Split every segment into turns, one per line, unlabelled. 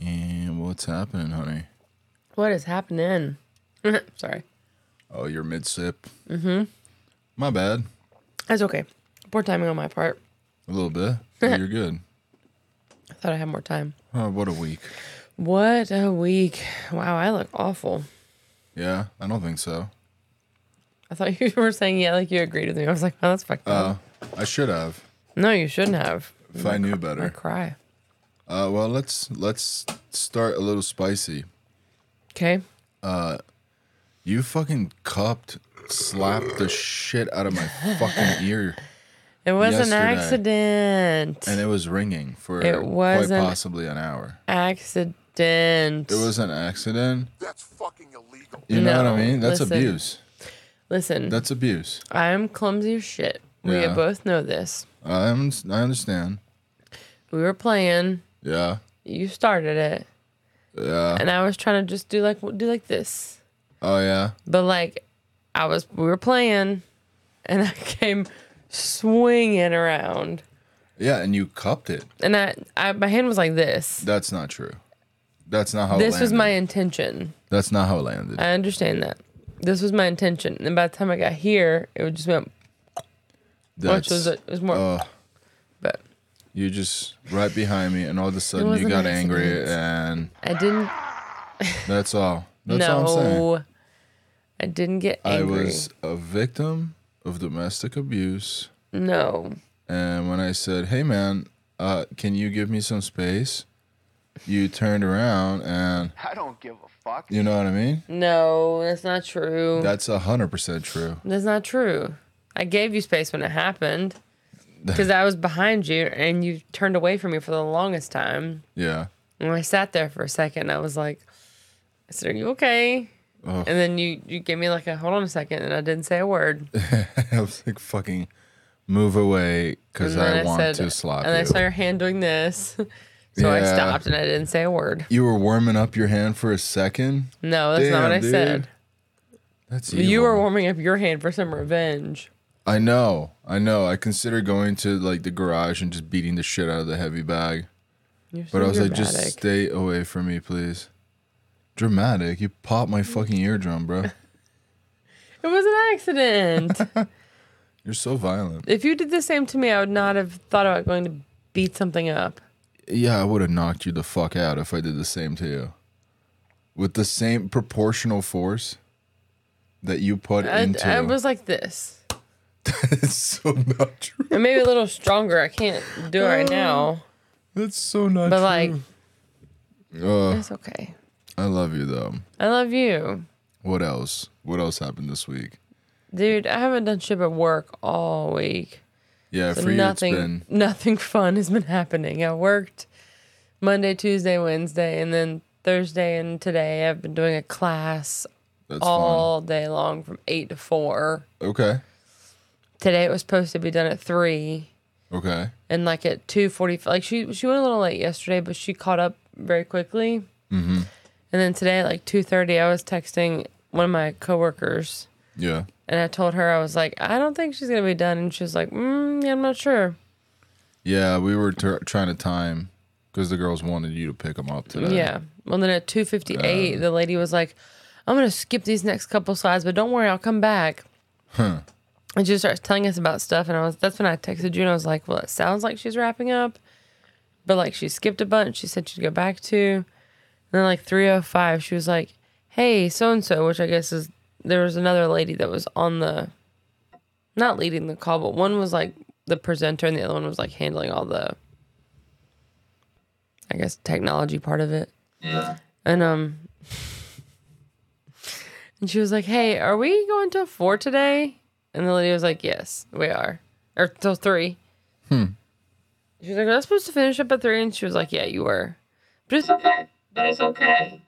And what's happening, honey?
What is happening? Sorry.
Oh, you're mid sip. Mm-hmm. My bad.
That's okay. Poor timing on my part.
A little bit. But you're good.
I thought I had more time.
Oh, what a week.
What a week. Wow, I look awful.
Yeah, I don't think so.
I thought you were saying, yeah, like you agreed with me. I was like, oh, that's fucked up.
Oh, I should have
No, you shouldn't have.
if I knew
I
better.
cry.
Uh, well, let's let's start a little spicy.
Okay.
You fucking cupped, slapped the shit out of my fucking ear,
It was
Yesterday.
an accident.
and it was ringing for
It was
quite
an-
possibly an hour.
accident.
It was an accident.
That's fucking illegal.
You know what I
No,
mean? That's
listen.
abuse.
Listen,
That's abuse.
I'm clumsy as shit.
Yeah.
We both know this.
I'm, I understand.
We were playing.
Yeah.
You started it,
Yeah.
and I was trying to just do like do like this.
Oh yeah.
But like, I was we were playing, and I came swinging around,
Yeah, and you cupped it.
and I, I my hand was like this.
That's not true. That's not how.
This
it
was
landed.
my intention.
That's not how it landed.
I understand that. This was my intention, and by the time I got here, it just went,
That's,
which was it was more,
oh,
but
you just right behind me, and all of a
It
sudden
was
you
an
got angry, and
accident. I didn't.
that's all. That's all I'm saying.
no, I didn't get angry.
I was a victim of domestic abuse,
no.
and when I said, "Hey, man, uh, can you give me some space?" You turned around, and
I don't give a fuck.
you know what I mean.
Mm. No, that's not true.
That's hundred percent true.
that's not true. I gave you space when it happened because I was behind you and you turned away from me for the longest time.
Yeah.
And I sat there for a second. I was like, I said, Are you okay?
Ugh.
And then you, you gave me like a hold on a second and I didn't say a word.
I was like, "Fucking move away," because
And then
I, want to slap
And
you.
I saw your hand doing this. So I
Yeah.
stopped and I didn't say a word.
You were warming up your hand for a second.
No, that's not what
Damn,
I
dude.
said.
That's evil.
You were warming up your hand for some revenge.
I know. I know. I considered going to like the garage and just beating the shit out of the heavy bag,
You're so
but I was like,
dramatic.
just stay away from me, please. Dramatic. You popped my fucking eardrum, bro.
It was an accident.
You're so violent.
If you did the same to me, I would not have thought about going to beat something up.
Yeah, I would have knocked you the fuck out if I did the same to you. With the same proportional force that you put
I,
into.
I was like this,
That's so not true.
and maybe a little stronger. I can't do it right now,
That's so not
but like
true. Ugh,
it's okay.
Oh, I love you though.
I love you,
What else? What else happened this week?
dude. I haven't done shit but work all week.
Yeah,
So
for you
nothing,
it's been
nothing fun has been happening. I worked Monday, Tuesday, Wednesday, and then Thursday and today. I've been doing a class
that's
all day long from eight to four.
fun. Okay.
Today it was supposed to be done at three.
Okay.
and like at 2.45 like she she went a little late yesterday but she caught up very quickly mm-hmm. and then today at like 2.30 i was texting one of my coworkers
Yeah.
and i told her i was like i don't think she's gonna be done and she was like mm, yeah, i'm not sure
Yeah, we were tr trying to time because the girls wanted you to pick them up today.
yeah well then at 2.58 the lady was like i'm gonna skip these next couple slides but don't worry i'll come back
Huh.
and she starts telling us about stuff and i was that's when i texted you and i was like well it sounds like she's wrapping up but like she skipped a bunch she said she'd go back to and then like 305 she was like hey so and so which i guess is there was another lady that was on the not leading the call but one was like the presenter and the other one was like handling all the i guess technology part of it yeah and um and she was like hey are we going to four today and the lady was like, Yes, we are. Or till three. Hmm. She was like, We're not supposed to finish up at three. And she was like, Yeah, you were. But it's okay. But it's okay.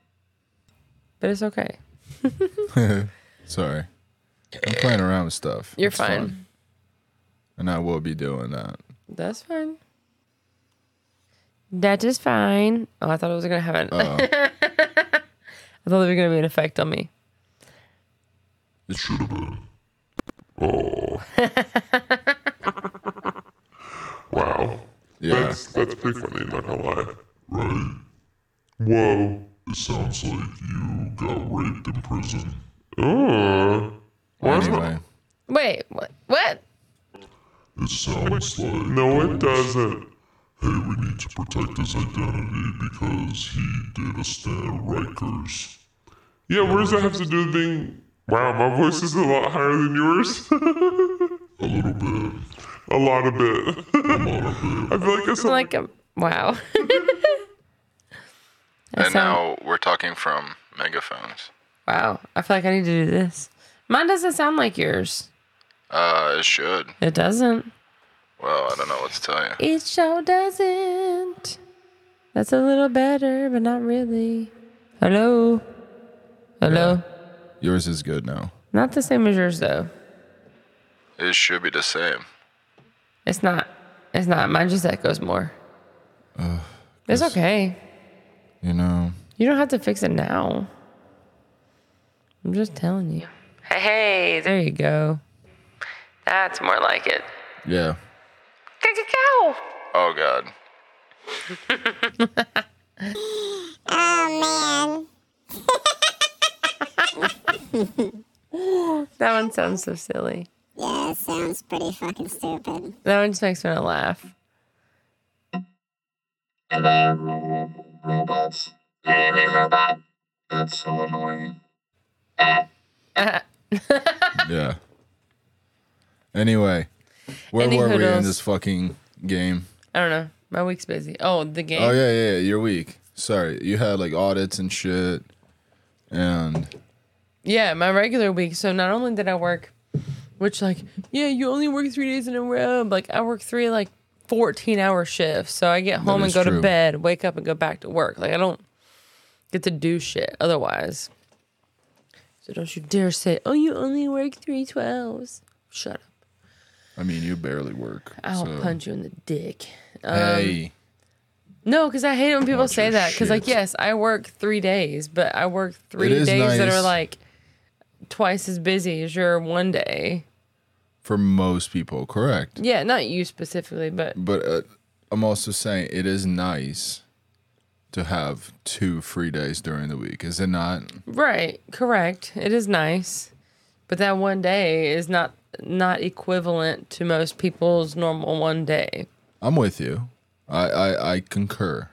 But it's okay.
Sorry. I'm playing around with stuff.
You're
It's
fine.
fun. And I will be doing that.
That's fine. That is fine. Oh, I thought it was gonna have an. I thought there was gonna be an effect on me.
It should have been.
Wow.
Yeah.
That's, that's pretty funny, not gonna lie. Right? Whoa. It sounds like you got raped in prison. Uh, why not?
Anyway,
Wait, what? What?
It sounds like. No, it doesn't. Hey, we need to protect his identity because he did a stand at Rikers. Yeah, what does that have to do with being. Wow, my voice is a lot higher than yours. a little bit. A lot of bit. I feel like I sound
Like a wow. That
and
sound-
now we're talking from megaphones.
wow. I feel like I need to do this. Mine doesn't sound like yours.
Uh, it should.
It doesn't.
Well, I don't know what to tell you.
It sure doesn't. That's a little better, but not really. Hello. Hello.
Yours is good now.
Not the same as yours though.
It should be the same.
It's not. It's not. Mine just echoes more. it's okay.
You know.
You don't have to fix it now. I'm just telling you. Hey, hey, there you go. That's more like it.
Yeah.
Cow.
Oh God.
That one sounds so silly.
Yeah, it sounds pretty fucking stupid.
That one just makes me want to laugh.
robots. Yeah, hey, robot. That's so annoying.
Yeah. Anyway, where
Any
were we in
hoodles?
this fucking game?
I don't know. My week's busy. Oh, the game.
Oh yeah, yeah, yeah. You're weak. Sorry, you had like audits and shit, and
Yeah, my regular week. So not only did I work, which like, yeah, you only work three days in a row. but, Like I work three like fourteen hour shifts. So I get home and
is
go
true.
to bed, wake up and go back to work. Like I don't get to do shit otherwise. So don't you dare say, Oh, you only work three twelves. Shut up.
I mean, you barely work.
I'll
so-
punch you in the dick. Um,
Hey,
No, because I hate it when people
Watch
say
your
that. Because like,
shit.
yes, I work three days, but I work three
is
days that are
nice.
like twice as busy as your one day.
for most people, correct.
Yeah, not you specifically, but
But uh, I'm also saying it is nice to have two free days during the week. Is it not?
right, correct. It is nice, but that one day is not not equivalent to most people's normal one day.
I'm with you. I I, I concur.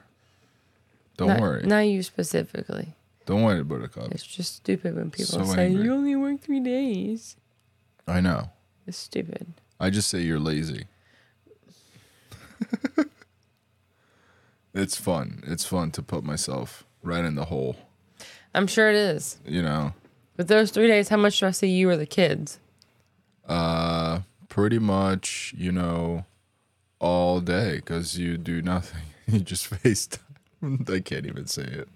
Don't
Not,
worry.
not you specifically.
Don't worry, Buttercup.
It's just stupid when
So
people say
angry.
you only work three days.
I know.
It's stupid.
I just say you're lazy. it's fun. It's fun to put myself right in the hole,
I'm sure it is.
you know.
But those three days, how much do I see you or the kids?
Uh pretty much, you know, all day cuz you do nothing. You just FaceTime. I can't even say it.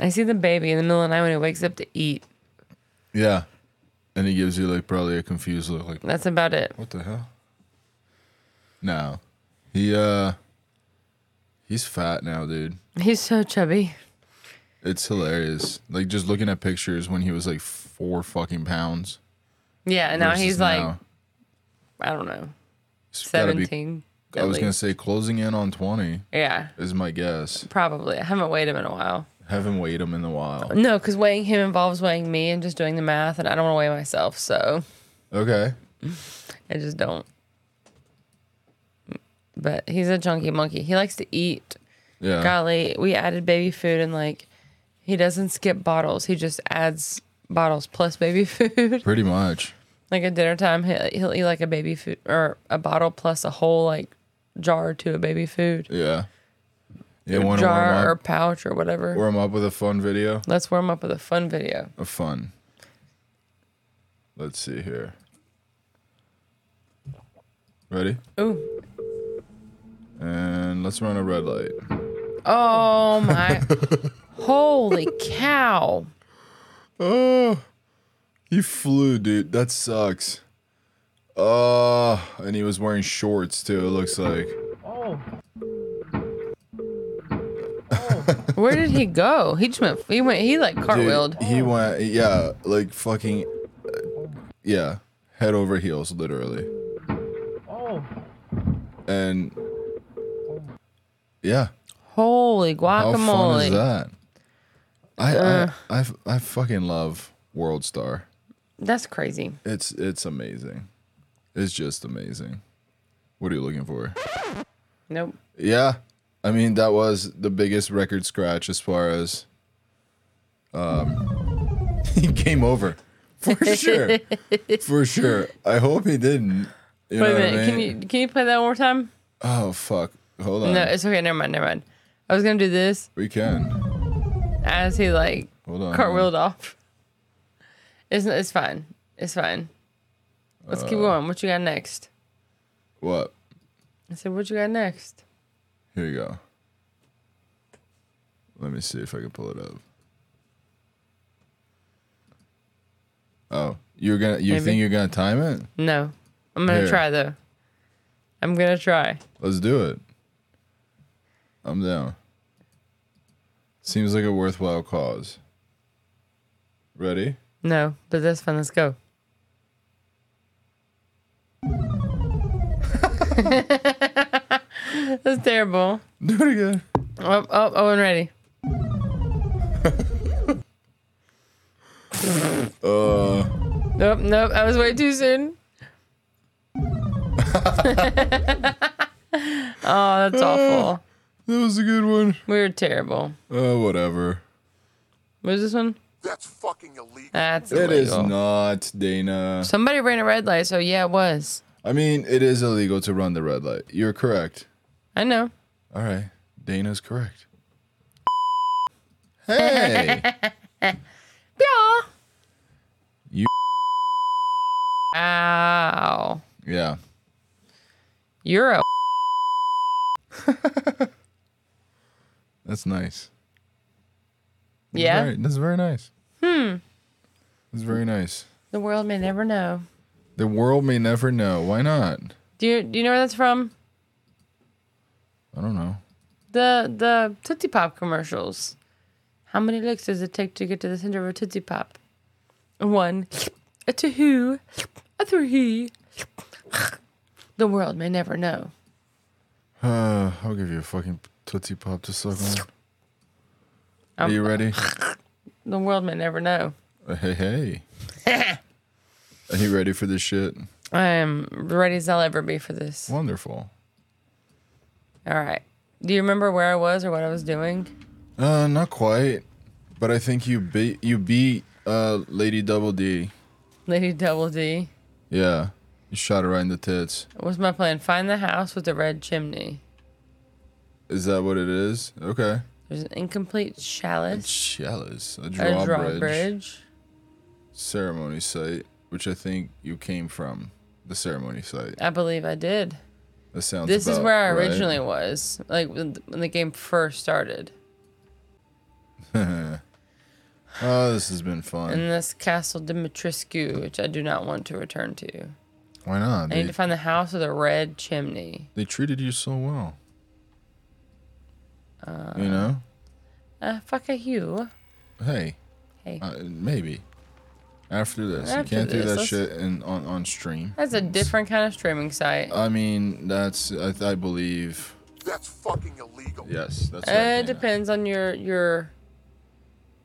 I see the baby in the middle of the night when he wakes up to eat.
Yeah. And he gives you like probably a confused look like
That's about it.
What the hell? No. He uh he's fat now, dude.
He's so chubby.
It's hilarious. Like just looking at pictures when he was like four fucking pounds.
Yeah, and now
versus
he's like,
now.
I don't know,
He's gotta be-
17.
I
at
was gonna
least.
say closing in on twenty
Yeah,
is my guess.
probably. I haven't weighed him in a while.
Haven't weighed him in a while.
No, because weighing him involves weighing me and just doing the math, and I don't want to weigh myself, so
Okay.
I just don't. But he's a chunky monkey. He likes to eat.
Yeah.
Golly, we added baby food, and like, he doesn't skip bottles. He just adds bottles plus baby food.
Pretty much.
like at dinner time he'll, he'll eat like a baby food or a bottle plus a whole like jar to a baby food
Yeah. Yeah,
or
wanna warm
jar or
up,
pouch or whatever
warm up with a fun video?
let's warm up with a fun video
A fun. Let's see here. Ready?
Ooh.
And let's run a red light.
oh my holy cow
Oh, he flew, dude. That sucks. Oh, and he was wearing shorts too. It looks like.
Where did he go? He just went. He went. He like cartwheeled.
Dude, he went, yeah, like fucking, uh, yeah, head over heels, literally. And yeah,
Holy
how
guacamole!
fun is that? I, I, I f- I fucking love World Star.
That's crazy.
It's it's amazing. It's just amazing. What are you looking for?
Nope.
Yeah, I mean that was the biggest record scratch as far as um he came over for sure, for sure. I hope he didn't. You
Wait a
know what I
minute. Can
mean?
you can you play that one more time?
Oh fuck! Hold on,
No, it's okay. Never mind. Never mind. I was gonna do this
we can.
as he like
Hold on.
cartwheeled off. It's it's fine. It's fine. Let's
Uh.
keep going. What you got next?
What?
I said, what you got next?
Here you go. Let me see if I can pull it up. Oh, you're gonna you
Maybe.
think you're gonna time it?
No, I'm gonna
Here.
try though. I'm gonna try.
Let's do it. I'm down. Seems like a worthwhile cause. Ready?
No, but that's fine. Let's go. that's terrible.
Do it again.
Oh, oh, oh, I'm ready.
Uh.
Nope, nope. I was way too soon. oh, that's
Uh.
awful.
That was a good one.
We were terrible.
Oh, whatever.
What is this one?
That's fucking illegal.
That's
It is
illegal.
not, Dana.
Somebody ran a red light, so yeah, it was.
I mean, it is illegal to run the red light. You're correct.
I know.
All right. Dana's correct. Hey.
Yeah.
You-
Ow.
yeah.
You're a.
That's nice. That's
Yeah.
very- that's very nice. Hmm. That's very nice.
The world may never know.
The world may never know. Why not?
Do you do you know where that's from?
I don't know.
The the Tootsie Pop commercials. How many licks does it take to get to the center of a Tootsie Pop? A one, a two, a three. The world may never know.
Uh, I'll give you a fucking Tootsie Pop to suck on. Are
Um,
you ready?
The world may never know.
Uh, hey, hey. Are you ready for this shit?
I am ready as I'll ever be for this.
Wonderful.
All right. Do you remember where I was or what I was doing?
Uh, not quite, but I think you beat you beat uh Lady Double D.
Lady Double D.
Yeah, you shot her right in the tits.
What's my plan? Find the house with the red chimney.
Is that what it is? Okay.
There's an incomplete chalice,
Jealous. A
a
drawbridge,
drawbridge.
ceremony site, which I think you came from. The ceremony site.
I believe I did.
That sounds.
This is
about
where I
right.
originally was, like when th- when the game first started.
Oh, this has been
In
fun.
this castle Dimitrescu, which I do not want to return to.
Why not?
I
They-
need to find the house with a red chimney.
They treated you so well. you know?
Uh, fuck a you.
Hey,
Hey,
uh, maybe. After this,
After
you can't do
this,
that
let's-
shit in, on, on stream.
that's a different kind of streaming site. Uh,
I mean, that's, I, I believe.
That's fucking illegal.
Yes, that's right,
Uh,
Dana.
it depends on your your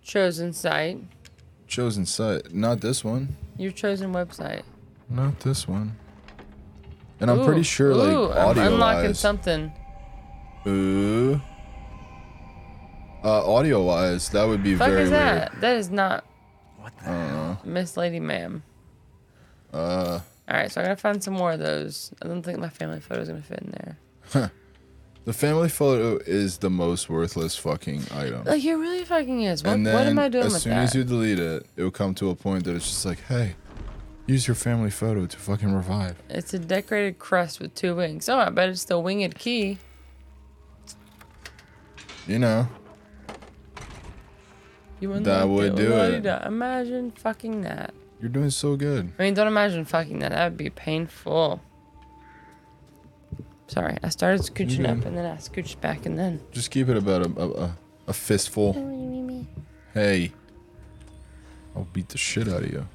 chosen site,
Chosen site. Not this one.
your chosen website.
Not this one. And I'm pretty
Ooh,
sure, like,
ooh, I'm
audio
unlocking
wise.
something.
Ooh. Uh, audio wise, that would be
Fuck
very
is
weird. Uh-huh.
that? That is not. What the hell? Miss Lady Ma'am. Uh. All right, so I gotta find some more of those. I don't think my family photo's gonna fit in there.
The family photo is the most worthless fucking item.
Like it really fucking is. What, what am I doing
as
with
soon
that?
as you delete it, it will come to a point that it's just like, hey, use your family photo to fucking revive.
It's a decorated crest with two wings. Oh, I bet it's the winged key.
You know,
You wouldn't
That
like
would do
Well, you
it.
don't. Imagine fucking that.
you're doing so good.
I mean, don't imagine fucking that. That would be painful. Sorry, I started scooching
You're
up
good.
and then I scooched back and then.
Just keep it about a, a, a, a fistful. Hey, I'll beat the shit out of you.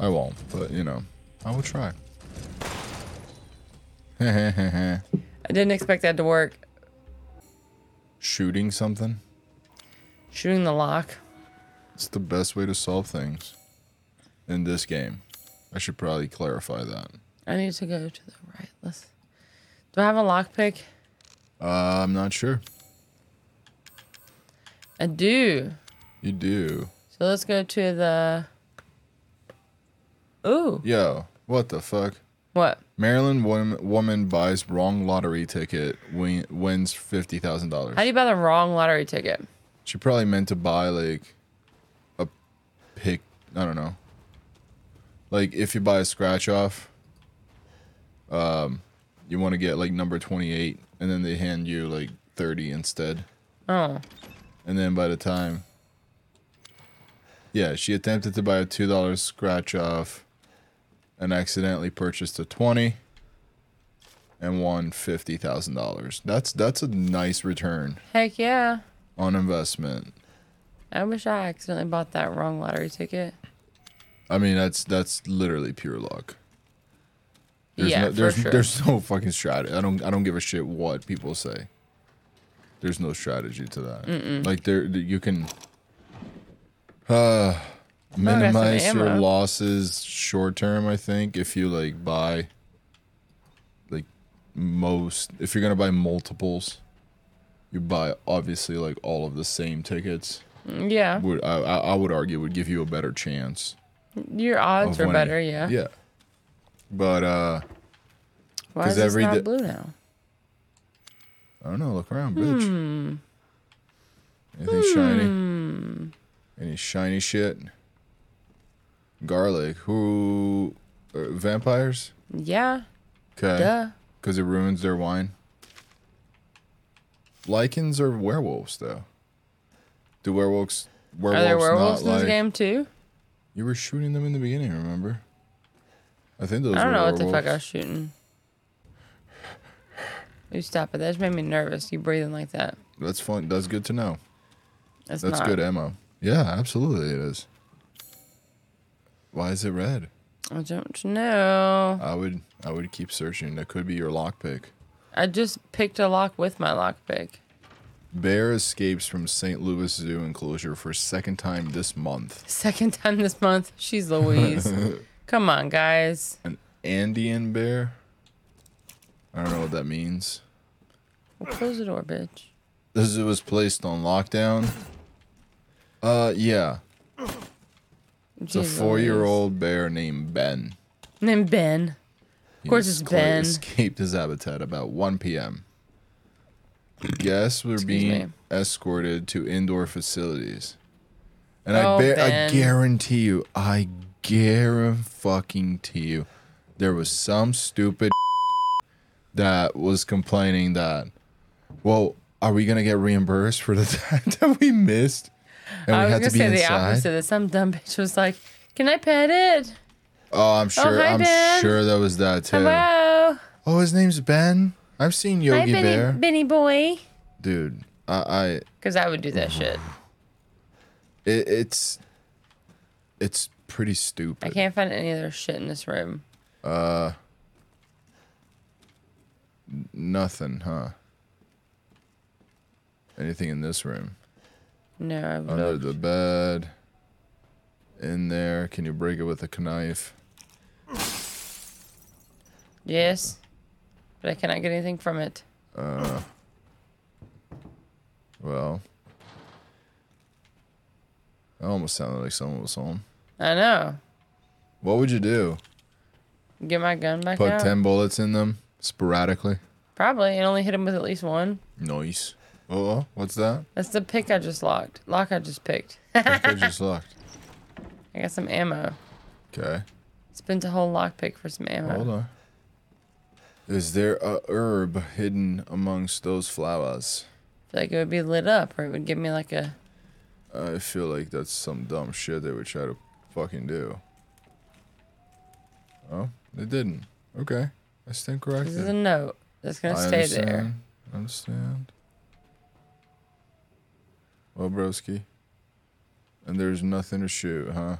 I won't, but you know, I will try.
I didn't expect that to work.
Shooting something?
Shooting the lock.
It's the best way to solve things in this game. I should probably clarify that.
I need to go to the right. Let's. Do I have a lockpick?
Uh, I'm not sure.
I do.
You do.
So let's go to the. Ooh.
Yo, what the fuck?
What?
Maryland woman, woman buys wrong lottery ticket, win, wins fifty thousand
How do
dollars.
you buy the wrong lottery ticket?
She probably meant to buy like a pick. I don't know. Like if you buy a scratch off, um, you want to get like number twenty eight, and then they hand you like thirty instead.
Oh.
And then by the time. Yeah, she attempted to buy a $2 scratch off and accidentally purchased a 20 and won $50,000. That's that's a nice return
Heck yeah.
on investment.
I wish I accidentally bought that wrong lottery ticket.
I mean, that's that's literally pure luck. There's
yeah,
no, there's,
for sure.
there's no fucking strategy. I don't I don't give a shit what people say. There's no strategy to that. Like there you can uh
some
minimize your
ammo.
losses short term, I think, if you like buy like most if you're going to buy multiples, you buy obviously like all of the same tickets.
yeah.
Would I I I would argue would give you a better chance.
Your odds
of
are
winning.
better, yeah.
Yeah. But uh
Why
'Cause
is this
every
not
di-
blue now?
I don't know. Look around, bitch. Anything shiny?
Hmm.
Any shiny shit? Garlic. Who? Uh, vampires?
Yeah.
Okay.
Duh.
Because it ruins their wine. Lycans are werewolves, though. Do werewolves?
Are
Werewolves,
there werewolves in
not
this
like
game too?
you were shooting them in the beginning? Remember? I think those.
I don't
were
know what the fuck I was
werewolves.
shooting. You stop it. That just made me nervous. You breathing like that.
That's fun. That's good to know.
That's,
That's
not.
good ammo. Yeah, absolutely it is. Why is it red?
I don't know.
I would I would keep searching. That could be your lockpick.
I just picked a lock with my lockpick.
Bear escapes from St. Louis Zoo enclosure for second time this month.
Second time this month. She's Louise. Come on, guys.
An Andean bear? I don't know what that means.
Well, close the door, bitch.
The zoo was placed on lockdown. Uh yeah. It's a
Jeez
four year old bear named Ben.
Louise. Named Ben.
Of
course it's Ben.
Escaped his habitat about 1 p.m. Guests were being
me.
escorted to indoor facilities, and
Oh,
I bet I
Ben.
guarantee you, I guarantee you, there was some stupid that was complaining that, well, are we gonna get reimbursed for the time that we missed, and
I
we
was
had
gonna
to be
say the
inside?
opposite. That some dumb bitch was like, "Can I pet it?
Oh, I'm sure.
hi,
I'm
Ben.
sure that was that too.
Hello,
Oh, his name's Ben. I've seen
hi,
Yogi
Benny,
Bear.
Benny boy."
dude i i
Because I would do
Oh,
that shit.
it, it's it's pretty stupid
I can't find any other shit in this room.
nothing huh anything in this room
No, I
under
would.
the bed in there can you break it with a knife
Yes, but I cannot get anything from it.
well that almost sounded like someone was home
I know.
what would you do
Get my gun back
put
out.
10 bullets in them sporadically
Probably, and only hit him with at least one.
nice oh what's that
That's the pick I just locked. Lock I just picked.
i think I just locked
I got some ammo.
okay
Spent a whole lock pick for some ammo.
Hold on. Is there a herb hidden amongst those flowers?
feel like it would be lit up, or it would give me like a.
I feel like that's some dumb shit they would try to fucking do. Oh, they didn't. Okay. I stand
This is a
corrected.
note that's
I
gonna stay there.
understand. I understand. Well, broski. And there's nothing to shoot, huh?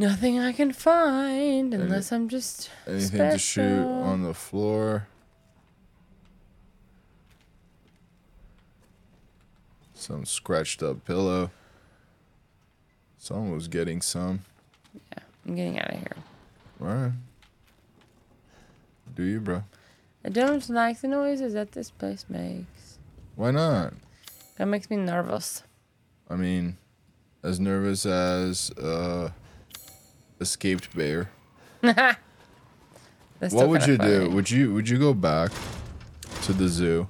Nothing I can find unless I'm just
Anything
special.
to shoot on the floor? Some scratched up pillow. Someone was getting some.
I'm getting out of here.
All right. Do you, bro?
I don't like the noises that this place makes.
Why not?
That makes me nervous.
I mean, as nervous as uh escaped bear.
That's
What
still
would
kinda
you do?
funny.
Would you would you go back to the zoo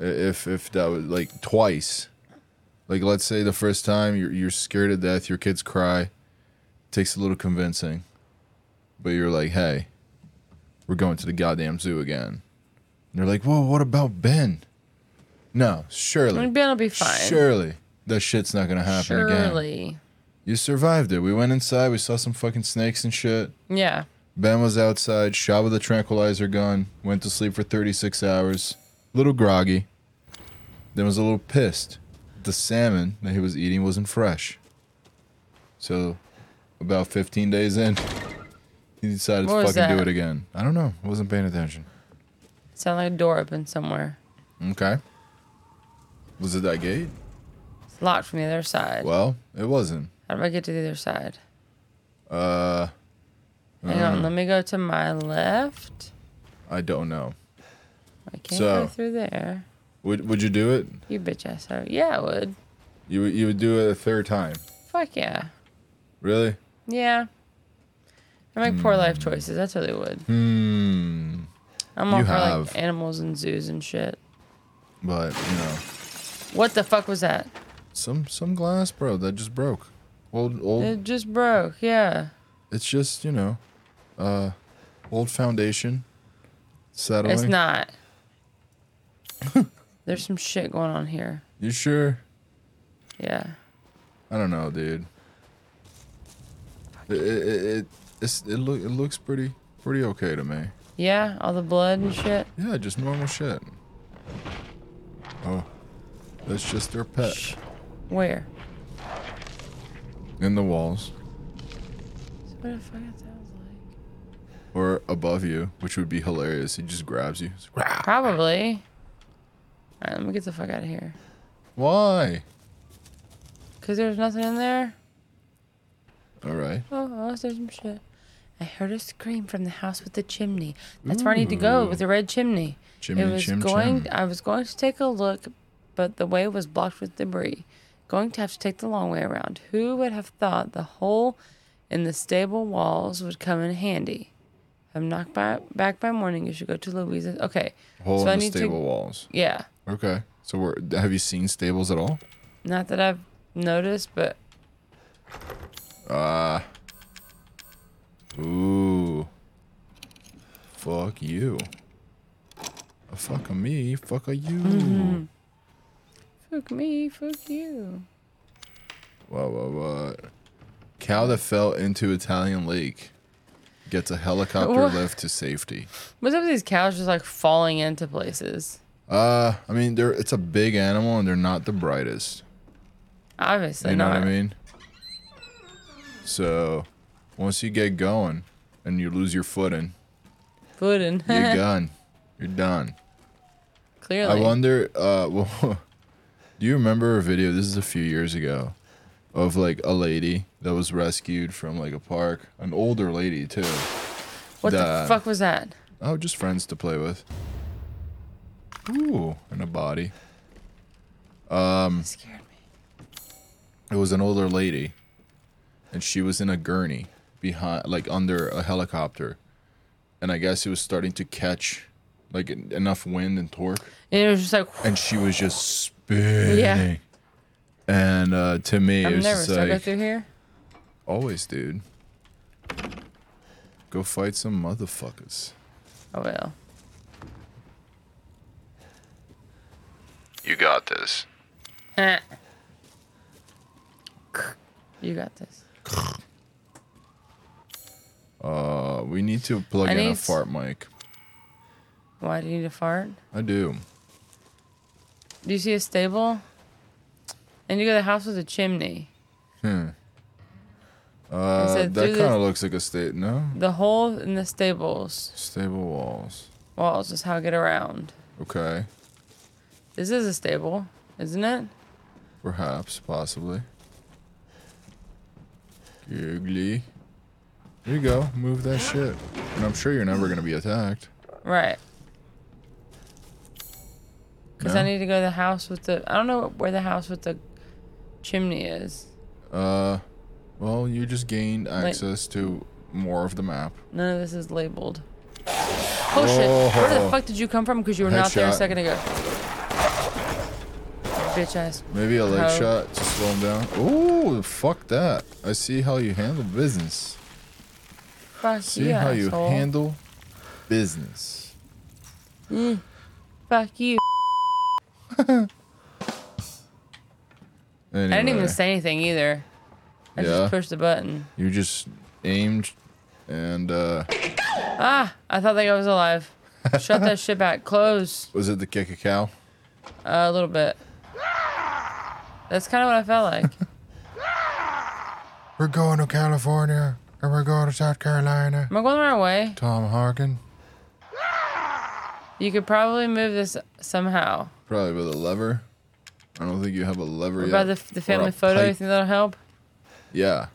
I- if if that was like twice? Like let's say the first time you're you're scared to death, your kids cry, takes a little convincing, but you're like, hey, we're going to the goddamn zoo again. And they're like, whoa, what about Ben? No,
I
surely,
mean, Ben will be fine.
surely that shit's not gonna happen again.
Surely.
You survived it. We went inside, we saw some fucking snakes and shit.
Yeah.
Ben was outside, shot with a tranquilizer gun, went to sleep for 36 hours, little groggy, then was a little pissed. The salmon that he was eating wasn't fresh. So, about 15 days in, he decided
What
to
was
fucking do
that?
it again. I don't know. Wasn't paying attention.
Sound like a door open somewhere.
Okay. Was it that gate?
It's locked from the other side.
Well, it wasn't.
How do I get to the other side?
Uh, um,
Hang on, let me go to my left.
I don't know.
I can't
So-
go through there.
Would Would you do it?
You bitch ass. hoe. Yeah, I would.
You would- You would do it a third time?
Fuck yeah.
Really?
Yeah. I make poor life choices. I totally would.
Hmm.
I'm all
You
for
have.
like animals and zoos and shit.
But you know.
What the fuck was that?
Some some glass, bro, that just broke. Old old
It just broke. Yeah.
it's just, you know, uh old foundation settling.
It's not. There's some shit going on here.
You sure?
Yeah.
I don't know, dude. It it it, it, it's, it look it looks pretty pretty okay to me.
Yeah, all the blood and shit.
Yeah, just normal shit. Oh. That's just their pet
Where?
in the walls
So What the fuck it sounds like?
or above you, which would be hilarious. He just grabs you. It's like, "Rah."
Probably. Alright, let me get the fuck out of here.
Why?
Cause there's nothing in there.
All right.
Oh, oh, there's some shit. I heard a scream from the house with the chimney. That's where I need to go with the red chimney.
Chimney,
it was
chim,
going.
chim.
I was going to take a look, but the way was blocked with debris. Going to have to take the long way around. Who would have thought the hole in the stable walls would come in handy? If I'm knocked by, back by morning. You should go to Louisa's. Okay.
Hole
so I
in the
need
stable
to.
walls.
Yeah.
Okay. So we're, have you seen stables at all?
Not that I've noticed, but
Ooh. Fuck you. A fuck a me, fuck a you.
fuck me, fuck you.
Whoa, whoa, whoa. Cow that fell into Italian lake gets a helicopter
What?
lift to safety.
What's up with these cows just like falling into places?
Uh, I mean, they're it's a big animal and they're not the brightest.
Obviously
You know
not.
what I mean? So, once you get going and you lose your footing,
Pudding.
you're done. You're done.
Clearly.
I wonder. Uh, well, do you remember a video? This is a few years ago, of like a lady that was rescued from like a park, an older lady too.
what
that-
the fuck was that?
Oh, just friends to play with. Ooh, and a body. hmm.
It scared me.
It was an older lady, and she was in a gurney behind, like under a helicopter, and I guess it was starting to catch, like en- enough wind and torque.
And it was just like,
and she was just spinning. And uh, to me, it
I'm
was
nervous.
just
Do I go
like,
through here?
always, dude. Go fight some motherfuckers.
Oh, well.
You got this.
you got this.
Uh, we need to plug
I
in a
need-
fart mic.
Why do you need to fart?
I do.
Do you see a stable? And you got a house with a chimney.
Hmm. Uh,
said
that
through
kind
the-
of looks like a state. No
The hole in the stables
stable walls.
walls is how I get around.
Okay,
This is a stable, isn't it?
perhaps, possibly. Googly. There you go. Move that shit. And I'm sure you're never gonna be attacked.
Right. Because I
No?
need to go to the house with the. I don't know where the house with the chimney is.
Uh, well, you just gained access to more of the map.
None of this is labeled. Oh shit! Where the
Whoa.
fuck did you come from? Because you were not there a
Headshot.
second ago. Bitch ass.
Maybe a leg
How-
shot to slow him down. Ooh, fuck that. I see how you handle business.
Fuck
See
you,
how
asshole.
you handle business.
Fuck you.
Anyway,
I didn't even say anything either. I
Yeah.
just pushed the button.
You just aimed and, uh,
Ah! I thought that guy was alive. Shut that shit back. Close.
was it the kick a cow?
Uh, a little bit. That's kind of what I felt like.
We're going to California and we're going to South Carolina.
Am I going the right way?
Tom Harkin.
You could probably move this somehow.
Probably with a lever. I don't think you have a lever
What
yet.
about the,
Or
the
a
family photo? You
pipe.
think that'll help?
Yeah.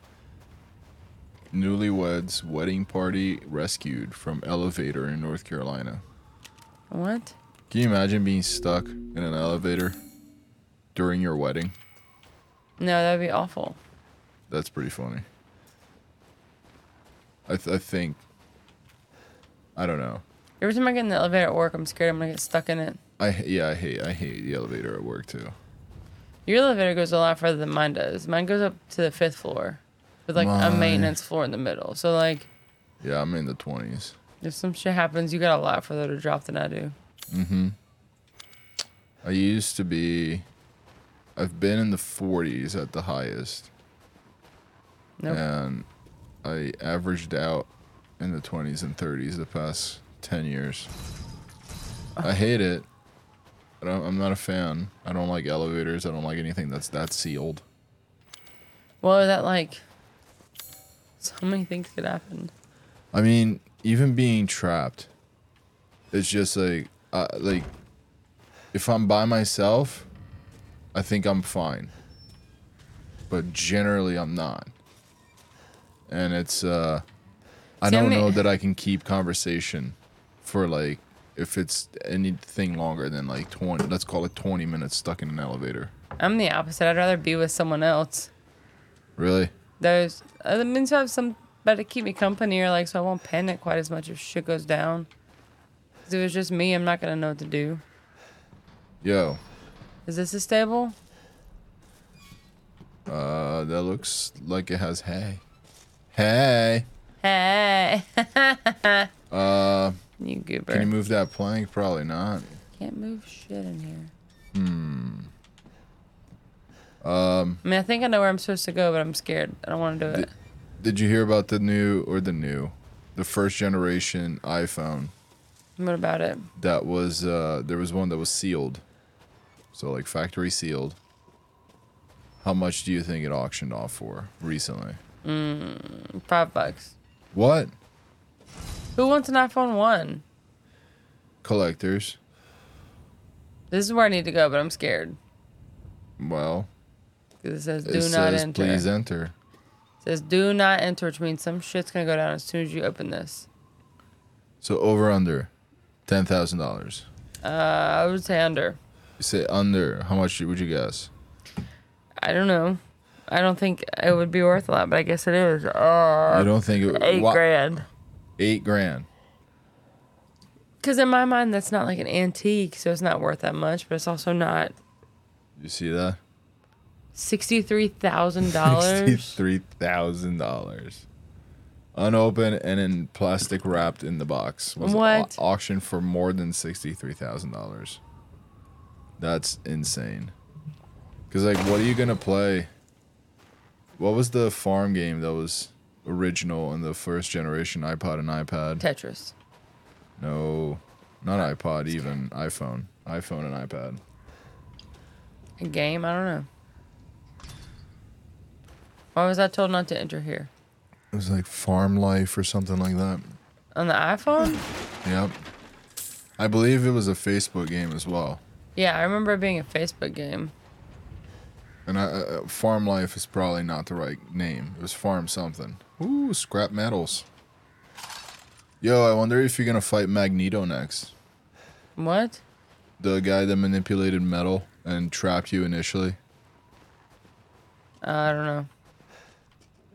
Newlyweds wedding party rescued from elevator in North Carolina.
What?
Can you imagine being stuck in an elevator during your wedding?
No, that'd be awful.
That's pretty funny. I, th- I think. I don't know.
Every time I get in the elevator at work, I'm scared I'm gonna get stuck in it.
I h- yeah I hate I hate the elevator at work too.
Your elevator goes a lot further than mine does. Mine goes up to the fifth floor, with like a
Mine-
maintenance floor in the middle. So like,
Yeah, I'm in the twenties.
if some shit happens, you got a lot further to drop than I do.
I used to be. I've been in the forties at the highest,
Nope.
and I averaged out in the twenties and thirties the past ten years. I hate it. I don't, I'm not a fan. I don't like elevators. I don't like anything that's that sealed.
Well, that like, so many things could happen.
I mean, even being trapped, it's just like, uh, like, if I'm by myself, I think I'm fine. But generally, I'm not. And it's, uh, I
See, I
don't
mean-
know that I can keep conversation for like, if it's anything longer than like 20, let's call it 20 minutes stuck in an elevator.
I'm the opposite. I'd rather be with someone else.
Really?
There's, I mean, to have some, but to keep me company or like, so I won't panic quite as much if shit goes down. 'Cause if it's just me, I'm not gonna know what to do.
Yo,
Is this a stable?
uh, that looks like it has hay. Hey.
Hey,
Uh,
you goober.
Can you move that plank? Probably not.
Can't move shit in here. Hmm. Um. I mean, I think I know where I'm supposed to go, but I'm scared. I don't want to do it.
Did you hear about the new or the new, the first generation iPhone
What about it?
that was uh there was one that was sealed. So like factory sealed. How much do you think it auctioned off for recently?
Five bucks.
What?
Who wants an iPhone one?
Collectors.
This is where I need to go, but I'm scared.
Well,
'Cause It says
it
do not
says
enter.
please enter.
says do not enter, which means some shit's gonna go down as soon as you open this.
So over under ten thousand dollars.
Uh, I would say under.
You say under, how much would you guess?
I don't know. I don't think it would be worth a lot, but I guess it is. Uh,
I don't think it
eight
wha-
grand.
Eight grand.
Because in my mind, that's not like an antique, so it's not worth that much. But it's also not
You see that?
sixty-three thousand dollars.
Sixty-three thousand dollars, unopened and in plastic wrapped in the box. Was au-
What?
auctioned for more than sixty-three thousand dollars? That's insane. Cause like, what are you gonna play? What was the farm game that was original in the first generation iPod and iPad?
Tetris.
no, not iPod. Even iPhone, iPhone and iPad.
A game? I don't know. Why was I told not to enter here?
It was like farm life or something like that.
On the iPhone?
Yep. I believe it was a Facebook game as well.
Yeah, I remember it being a Facebook game.
And I, uh, farm life is probably not the right name. It was farm something. Ooh, scrap metals. Yo, I wonder if you're gonna fight Magneto next.
What?
The guy that manipulated metal and trapped you initially.
Uh, I don't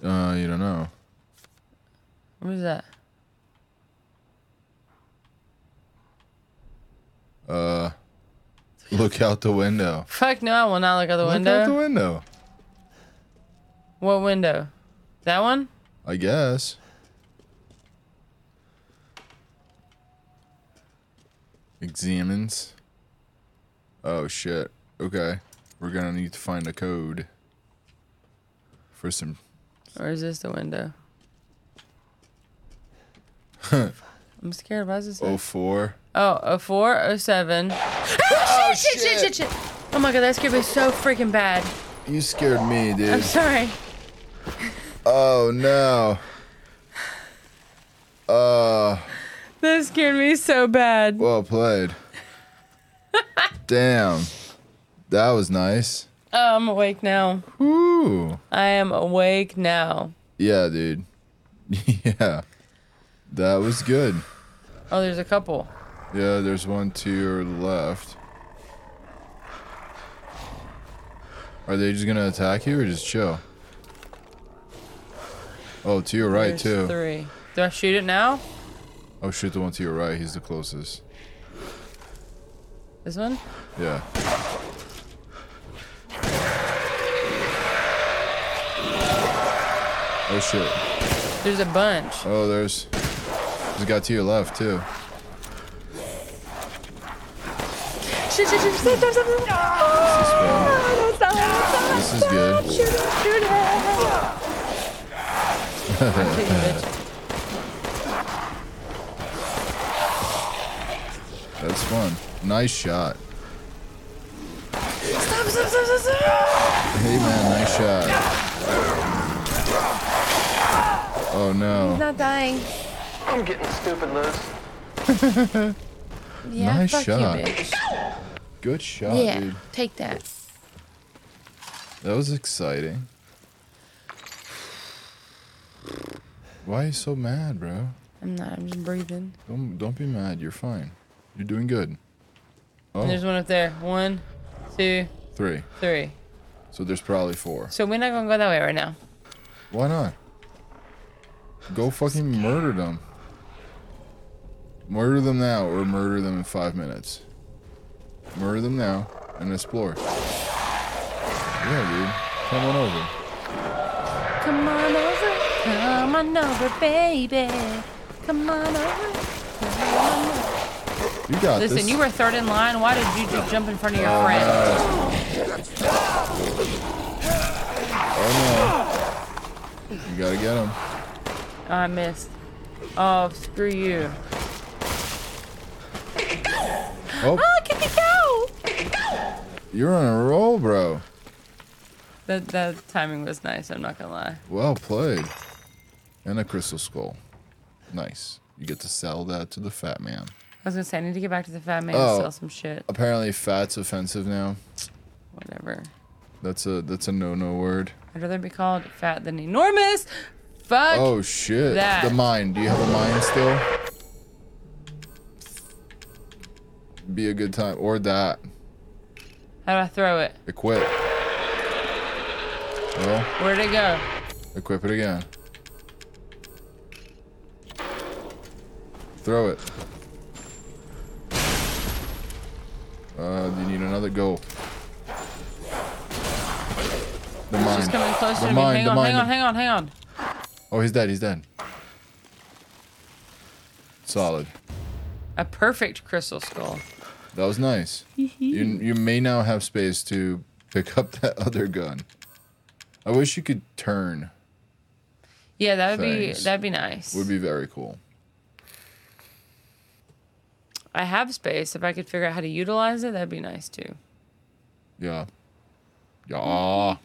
know.
Uh, you don't know.
What is that?
Look out the window.
Fuck no, I will not look out the
Look out the
window.
window.
What window? That one?
I guess. Examines. Oh shit. Okay. We're gonna need to find a code for some
Or is this the window? I'm scared. Why is this?
oh four.
Oh, a four, a seven. Oh, shit, shit, shit, shit, shit. Oh my god, that scared me so freaking bad.
You scared me,
I'm
dude.
sorry.
Oh no. Uh
That scared me so bad.
well played. Damn. That was nice.
Oh, I'm awake now.
Ooh.
I am awake now.
Yeah, dude. yeah. That was good.
Oh, there's a couple.
Yeah, there's one to your left. Are they just gonna attack you or just chill? Oh, to your right
There's
too.
Three. Do I shoot it now?
Oh shoot, the one to your right. He's the closest.
This one?
Yeah. Oh shit.
There's a bunch.
Oh, there's. There's a guy to your left too.
Shit, shit, shit, shit, stop, stop, stop. Oh, stop, stop,
This is good.
Shoot it, shoot it. I'm shooting, bitch.
That's fun. Nice shot.
Stop, stop, stop, stop, stop.
Hey man, nice shot. Oh no.
Not dying.
I'm getting stupid loose.
Yeah,
Nice
fuck
shot.
you, bitch.
Good shot,
Yeah,
dude.
take that.
That was exciting. Why are you so mad, bro?
I'm not. I'm just breathing.
Don't don't be mad. You're fine. You're doing good.
And There's
Oh,
one up there. One, two,
three.
three.
So there's probably four.
So we're not gonna go that way right now.
Why not? Go fucking murder them. Murder them now or murder them in five minutes. Murder them now and explore. Yeah, dude. Come on over.
Come on over. Come on over, baby. Come on over. Come on over.
You got
Listen,
this. Uh.
you were third in line. Why did you ju- jump in front of your friend?
Oh no. You gotta get him.
Oh, I missed. Oh, screw you.
Oh,
Look at go.
you're on a roll, bro.
That that timing was nice. I'm not gonna lie.
Well played. And a crystal skull. Nice. You get to sell that to the fat man.
I was gonna say I need to get back to the fat man
Oh.
and sell some shit.
Apparently, fat's offensive now.
Whatever.
That's a that's a no-no word.
I'd rather be called fat than enormous. Fuck.
Oh shit.
That.
The mine. Do you have a mine still? Be a good time or that.
How do I throw it?
Equip. Well,
Where'd it go?
Equip it again. Throw it. Uh, you need another goal. The mine.
She's coming closer
The
to me.
mine,
hang
the
on, hang
mine,
on,
the-
hang on, hang on.
Oh, he's dead. He's dead. Solid.
A perfect crystal skull.
That was nice. you, you may now have space to pick up that other gun. I wish you could turn.
Yeah, that would
Thanks.
be that'd be nice.
Would be very cool.
I have space. If I could figure out how to utilize it, that'd be nice too.
Yeah. Yeah.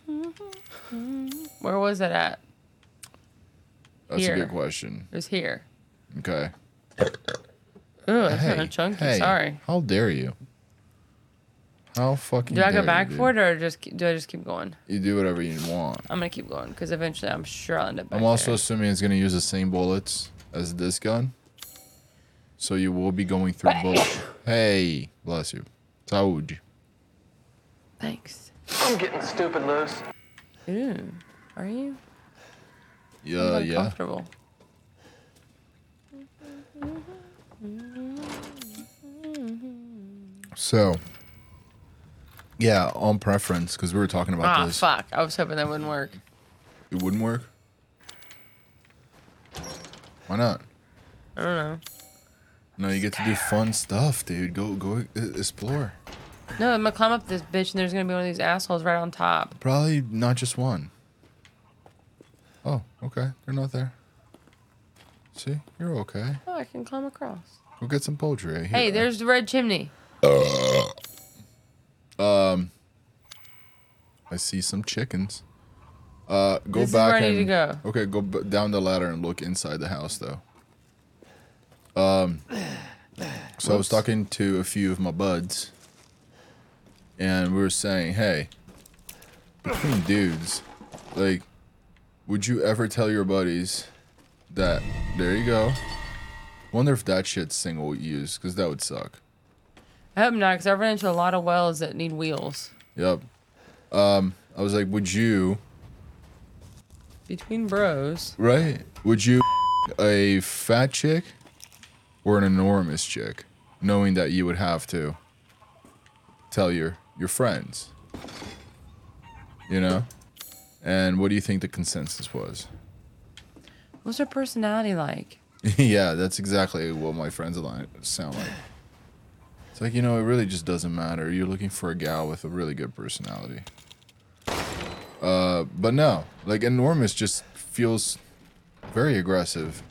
Where was it at?
That's a
Here.
good question.
It was here.
Okay.
Ooh, that's kind of chunky. Sorry.
How dare you? How fucking
Do I
dare
go
you,
back
dude.
for it or just ke- do I just keep going?
You do whatever you want.
I'm gonna keep going because eventually I'm sure I'll end up. Back
I'm also
there.
assuming it's gonna use the same bullets as this gun. So you will be going through bullets. Hey, bless you. Saud.
Thanks.
I'm getting stupid loose.
Ooh, are you?
Uh, Yeah,
I'm
yeah.
Comfortable.
So, yeah, on preference because we were talking about
Ah,
this.
fuck. I was hoping that wouldn't work.
It wouldn't work. Why not?
I don't know.
No, you get to do fun stuff, dude. Go, go e- explore.
No, I'm gonna climb up this bitch and there's gonna be one of these assholes right on top.
Probably not just one. Oh, okay. They're not there. See, you're okay.
Oh, I can climb across.
Go get some poultry. Right here.
Hey, there's the red chimney.
I see some chickens. Uh, go
This is where
back.
I need to
and,
go.
Okay, go b- down the ladder and look inside the house, though. Um, so I was talking to a few of my buds, and we were saying, "Hey, between dudes, like, would you ever tell your buddies that? There you go. Wonder if that shit's single use, because that would suck.
I hope not, because I've run into a lot of wells that need wheels.
Yep. Um, I was like, would you?"
Between bros.
Right. Would you a fat chick or an enormous chick, knowing that you would have to tell your your friends? You know? And what do you think the consensus was?
What's their personality like?
yeah, that's exactly what my friends align sound like. It's like, you know, it really just doesn't matter. You're looking for a gal with a really good personality. Uh, but no, like enormous just feels very aggressive.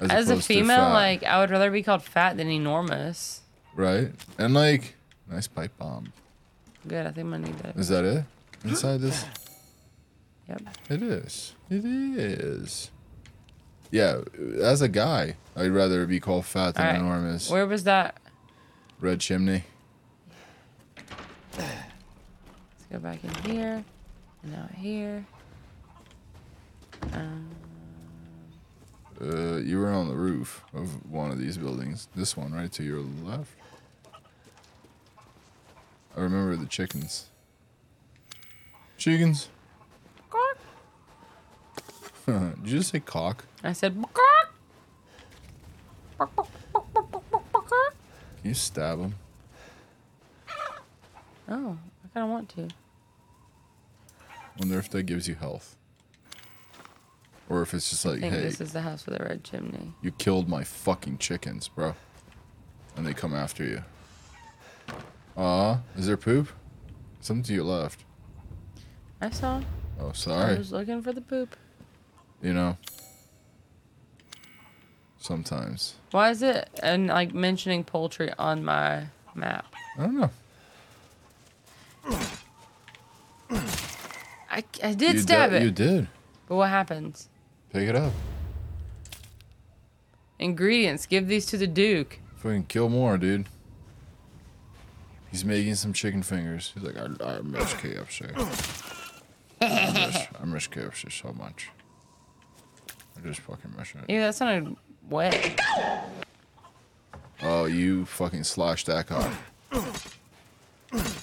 As a
opposed to
female,
fat,
like I would rather be called fat than enormous.
right? And like nice pipe bomb.
Good, I think I need that.
Is that it? Inside this?
Yep.
It is. It is. Yeah, as a guy, I'd rather be called fat than
All right.
enormous.
Where was that?
Red chimney.
Let's go back in here and out here.
Uh, you were on the roof of one of these buildings. This one right to your left. I remember the chickens. Chickens?
Cock.
Did you just say cock?
I said. "Cock."
Can you stab them?
Oh, I kind of want to.
Wonder if that gives you health. Or if it's just
I
like,
think
hey,
this is the house with the red chimney.
you killed my fucking chickens, bro. And they come after you. Aw, is there poop? Something to your left.
I saw.
Oh,
I
sorry.
was looking for the poop.
You know? Sometimes.
Why is it and like mentioning poultry on my map?
I don't know.
I, I did
you
stab
di-
it.
You did.
But what happens?
Pick it up.
Ingredients. Give these to the Duke.
Fucking kill more, dude. He's making some chicken fingers. He's like, I, I miss KFC. I miss, I miss KFC so much. I just fucking miss it.
Ew, that sounded wet.
Oh, you fucking sloshed that cock.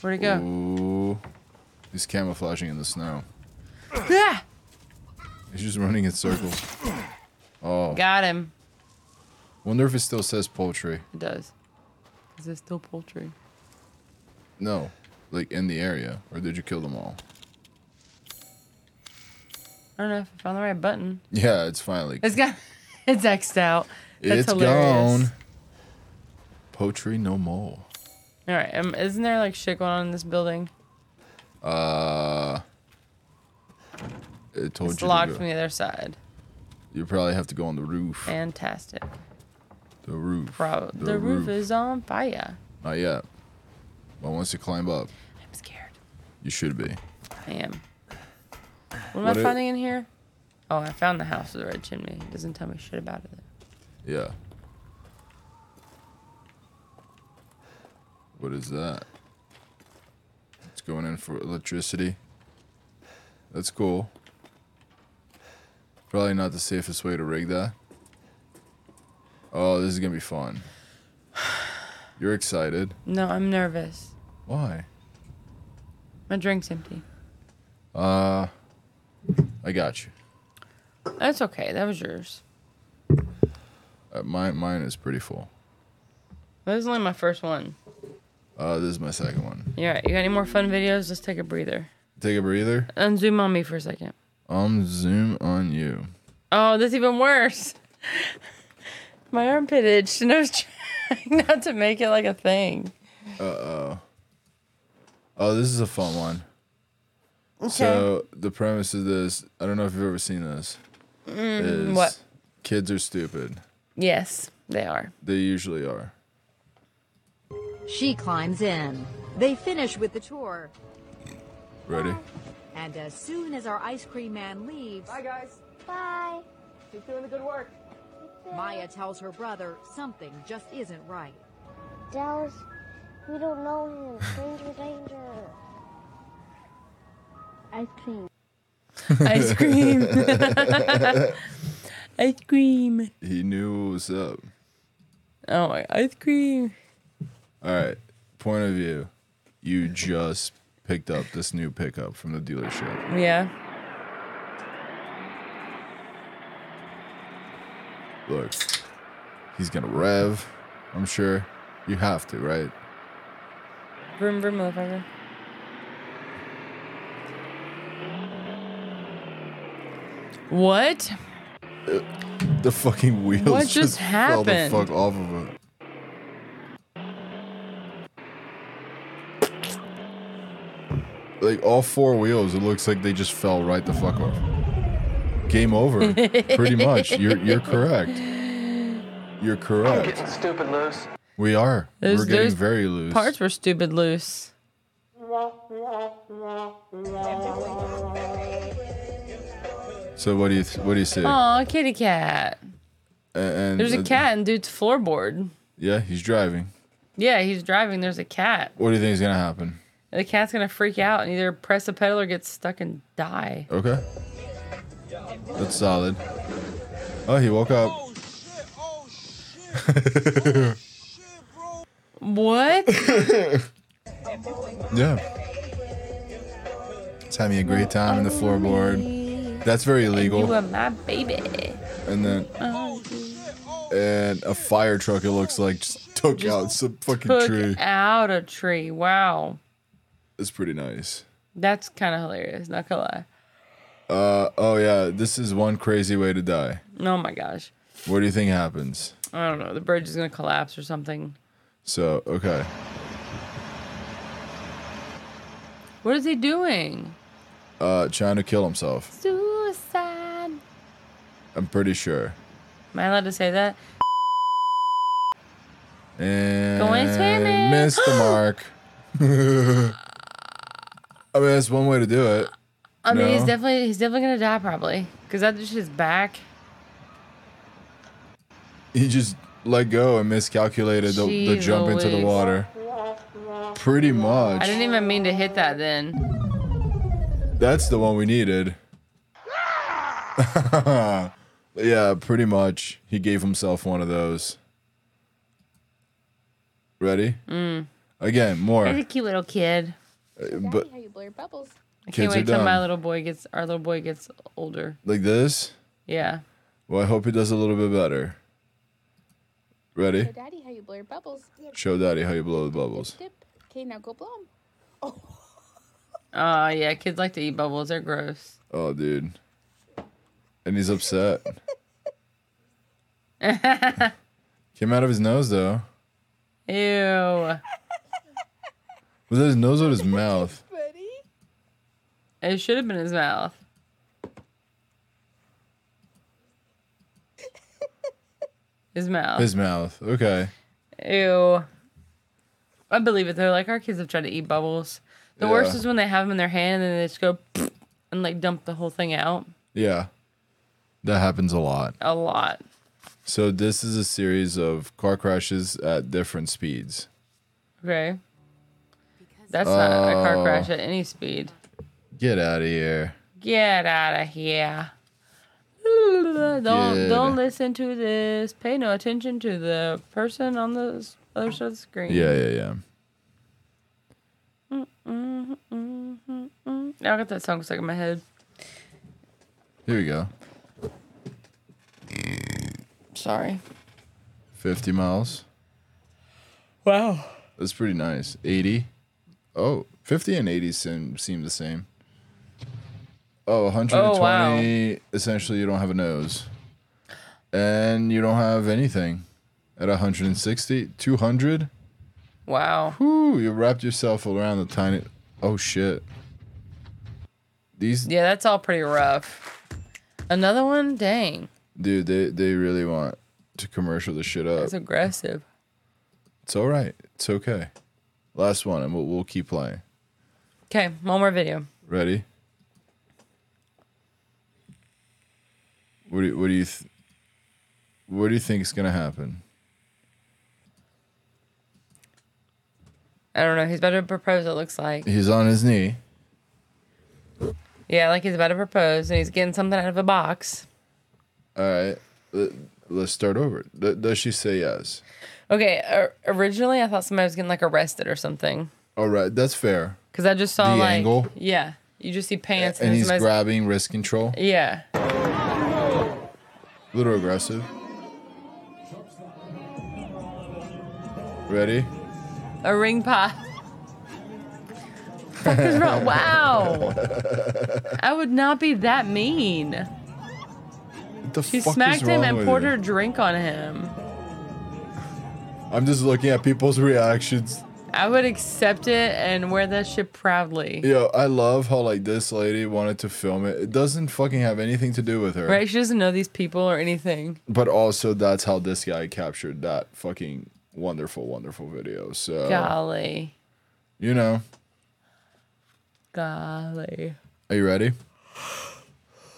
Where'd it go?
Ooh. He's camouflaging in the snow.
Ah!
He's just running in circles. Oh.
Got him.
Wonder if it still says poultry.
It does. Is this still poultry?
No. Like in the area. Or did you kill them all?
I don't know if I found the right button.
Yeah, it's finally.
It's got. It's X'd out. That's
it's
hilarious.
gone. Poultry no more.
All right. Um, isn't there like shit going on in this building?
Uh, it told
It's
you.
locked
to go.
from the other side.
You probably have to go on the roof.
Fantastic.
the roof.
Bro, the, roof is on fire.
Not yet. But once you climb up,
I'm scared.
you should be.
I am. What am
What
I
it-
finding in here? Oh, I found the house with the red chimney. It doesn't tell me shit about it.
Yeah. What is that? It's going in for electricity. That's cool. Probably not the safest way to rig that. Oh, this is gonna be fun. You're excited.
No, I'm nervous.
Why?
My drink's empty.
Uh, I got you.
That's okay. That was yours.
Uh, mine, mine is pretty full.
That was only my first one.
Uh, this is my second one.
You're right. You got any more fun videos? Let's take a breather.
Take a breather.
Unzoom on me for a second.
Um, zoom on you.
Oh, that's even worse. My armpit itched, and I was trying not to make it like a thing.
Oh, this is a fun one. So the premise of this, I don't know if you've ever seen this. is
what?
Kids are stupid.
Yes, they are.
They usually are.
She climbs in. They finish with the tour.
Ready?
And as soon as our ice cream man leaves,
Bye.
Maya tells her brother something just isn't right.
Dallas, we don't know him. Danger, danger. Ice cream.
Ice cream. ice cream.
He knew what was up.
Oh my, ice cream.
All right. Point of view. You just picked up this new pickup from the dealership.
Yeah.
Look, he's gonna rev. I'm sure. You have to, right?
Vroom vroom, motherfucker. What?
The fucking wheels
What
just,
just
fell the
happened?
fuck off of it. Like all four wheels, it looks like they just fell right the fuck off. Game over. Pretty much. You're you're correct. You're
I'm getting
correct.
stupid loose.
We are.
There's-
We're getting
there's
very loose.
Parts were stupid loose.
So what do you th- what do you see?
Aw, kitty cat.
A- and-
Oh, There's a
uh,
cat in dude's floorboard.
Yeah, he's driving.
Yeah, he's driving. There's a cat.
What do you think is gonna happen?
The cat's gonna freak out and either press the pedal or get stuck and die.
Okay. That's solid. Oh, he woke up.
What?
Yeah. It's having a great time in the floorboard. That's very
You
illegal.
are my baby.
And then, and a fire truck, it looks like, just took out some fucking
Took
tree.
out a tree. Wow.
It's pretty nice.
That's kind of hilarious. Not gonna lie.
Uh, oh, yeah, this is one crazy way to die.
Oh my gosh.
What do you think happens?
I don't know. The bridge is gonna collapse or something.
So, okay.
What is he doing?
Uh, trying to kill himself.
Suicide.
I'm pretty sure.
Am I allowed to say that?
And
Going swimming.
missed the mark. I mean, that's one way to do it.
I mean, he's
No.
definitely he's definitely gonna die probably because that's just his back.
he just let go and miscalculated the, the
Jeez
jump into the
Louise.
water. Pretty
I
much.
didn't even mean to hit that then.
That's the one we needed. yeah, pretty much. He gave himself one of those. Ready? Mm. Again,
He's a
more.
cute little kid.
But
How you blur bubbles?
I can't
Kids are
wait till my
dumb.
little boy gets our little boy gets older.
like this.
Yeah.
Well, I hope he does a little bit better. Ready?
Daddy, how you blur bubbles?
Show daddy how you blow the bubbles.
Dip. Okay, now go blow 'em.
Oh yeah, kids like to eat bubbles. They're gross.
Oh, dude. And he's upset. Came out of his nose, though.
Ew.
Was that his nose or his mouth?
It should have been his mouth. His mouth.
His mouth. Okay.
Ew. I believe it though. Like our kids have tried to eat bubbles. The worst
Yeah.
is when they have them in their hand and they just go. and like dump the whole thing out
Yeah. That happens a lot.
a lot.
So this is a series of car crashes at different speeds.
Okay. That's not a car
Oh.
crash at any speed.
Get out of here.
Get out of here. Don't
Get-
don't listen to this. Pay no attention to the person on the s- other side of the screen.
Yeah, yeah, yeah.
I got that song stuck in my head.
Here we go.
Sorry.
50 miles.
Wow.
That's pretty nice. 80. Oh, 50 and 80 seem, seem the same. Oh, 120.
Oh, wow.
Essentially, you don't have a nose. And you don't have anything. At 160, 200.
Wow.
Whew, you wrapped yourself around the tiny. Oh, shit. These,
Yeah, that's all pretty rough. Another one? Dang.
dude, they, they really want to commercial the shit up.
That's aggressive.
It's all right. It's okay. Last one, and we'll, we'll keep playing.
Okay, one more video.
Ready? What do you, what do you th- what do you think is gonna happen?
I don't know. He's about to propose, it looks like.
He's on his knee.
Yeah, like he's about to propose and he's getting something out of a box.
All right, let, let's start over. D- does she say yes?
Okay, or, originally I thought somebody was getting like arrested or something.
All right, that's fair.
Because I just saw
The
like.
angle?
Yeah. You just see pants and,
And he's
somebody's.
grabbing wrist control.
yeah.
A little aggressive. Ready?
A ring pie. Fuck is wrong. Wow. I would not be that mean.
What the
She
fuck is
smacked him
wrong
and
with
poured
you?
her drink on him.
I'm just looking at people's reactions.
I would accept it and wear that shit proudly.
Yo, I love how like this lady wanted to film it. It doesn't fucking have anything to do with her.
Right? She doesn't know these people or anything.
But also that's how this guy captured that fucking wonderful, wonderful video. So
Golly.
you know.
Golly.
Are you ready?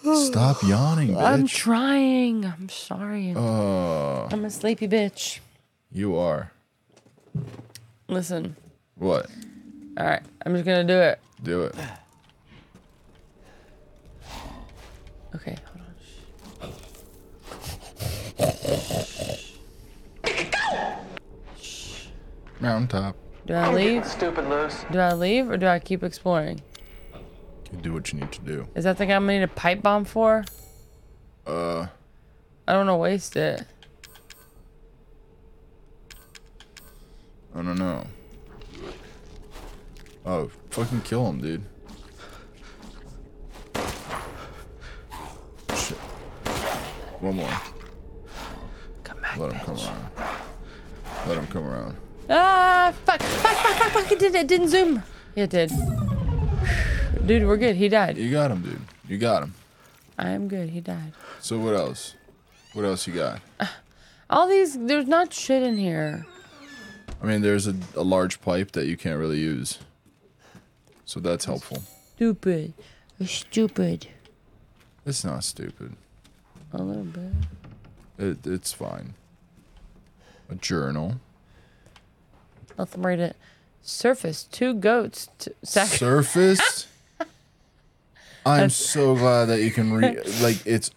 Stop yawning,
I'm
bitch. Uh.
trying. I'm sorry. I'm a sleepy bitch.
you are.
Listen.
What?
All right. I'm just going to do it.
Do it.
Okay. Hold on.
Mountaintop.
Do I leave?
Stupid loose.
Do I leave or do I keep exploring?
You do what you need to do.
Is that the guy I'm gonna need a pipe bomb for?
Uh
I don't wanna waste it.
I don't know. Oh, fucking kill him, dude. Shit. One more.
Come back.
Let him come around. Let him come around.
Ah, fuck. Fuck, fuck, fuck, fuck. It, did, it didn't zoom. Yeah, it did. Dude, we're good. He died.
You got him, dude. You got him.
I am good. He died.
So what else? What else you got?
All these, there's not shit in here.
I mean, there's a, a large pipe that you can't really use. So that's helpful.
Stupid. Stupid.
It's not stupid.
A little bit.
It, it's fine. A journal.
Let's read it. Surface, two goats. T- sac-
surfaced. I'm so glad that you can read. Like it's.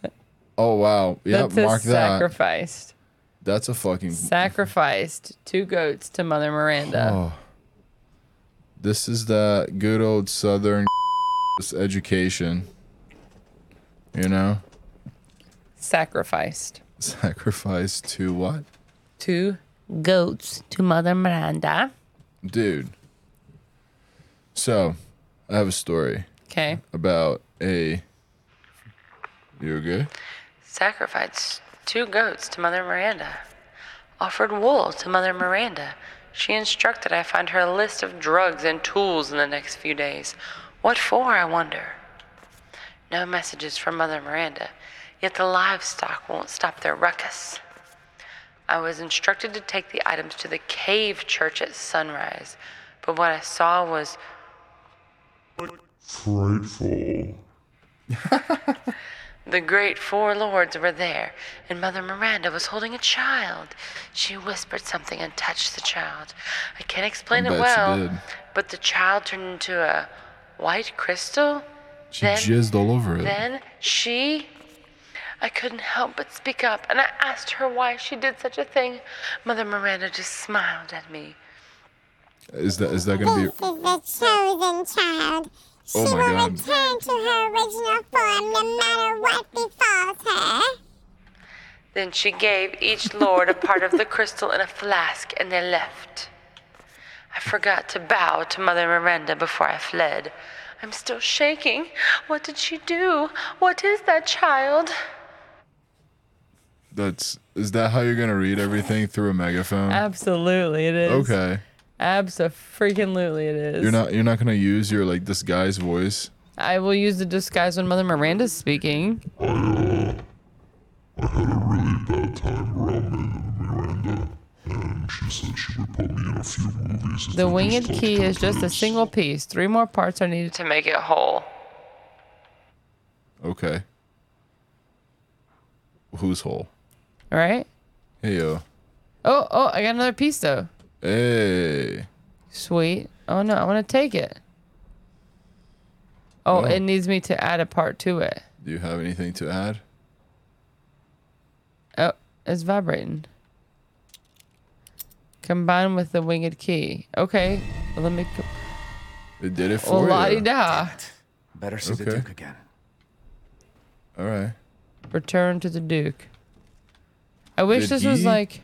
Oh wow! Yep,
That says
mark that.
sacrificed.
That's a fucking.
Sacrificed two goats to Mother Miranda.
Oh. This is that good old Southern education. You know,
Sacrificed
sacrifice to what,
two goats to Mother Miranda.
dude? So, I have a story
Okay.
about a. You okay?
Sacrificed two goats to Mother Miranda. Offered wool to Mother Miranda. She instructed I find her a list of drugs and tools in the next few days. What for, I wonder? No messages from Mother Miranda, yet the livestock won't stop their ruckus. I was instructed to take the items to the cave church at sunrise, but what I saw was
Frightful.
The great four lords were there, and Mother Miranda was holding a child. She whispered something and touched the child. I can't explain
I
it
bet she
well,
did.
but the child turned into a white crystal.
She
Then-
jizzed all over it.
Then she. I couldn't help but speak up, and I asked her why she did such a thing. Mother Miranda just smiled at me.
Is that is that gonna be?
This is the chosen child. She
Oh my
will
God.
return to her original form no matter what befalls her.
Then she gave each lord a part of the crystal in a flask, and they left. I forgot to bow to Mother Miranda before I fled. I'm still shaking. What did she do? What is that child?
That's is that how you're gonna read everything through a megaphone?
Absolutely, it is.
okay,
Absolutely, it is.
you're not you're not gonna use your like disguised voice.
I will use the disguise when Mother Miranda's speaking.
I, uh, I had a really bad time around Megan Miranda, and she said she would put me in a few movies. if
The
I
winged
talked
key
to
is just a
this.
single piece. Three more parts are needed to make it whole.
Okay. Who's whole?
All right.
Hey yo.
Oh, oh, I got another piece though.
Hey.
Sweet. Oh no, I want to take it. Oh,
Oh.
it needs me to add a part to it.
Do you have anything to add?
Oh, it's vibrating. Combined with the winged key. Okay, let me. Co-
It did it for
well, la
you.
da.
Better see the
Okay.
Duke again.
All right.
Return to the Duke. I wish
Did
this was
he?
like.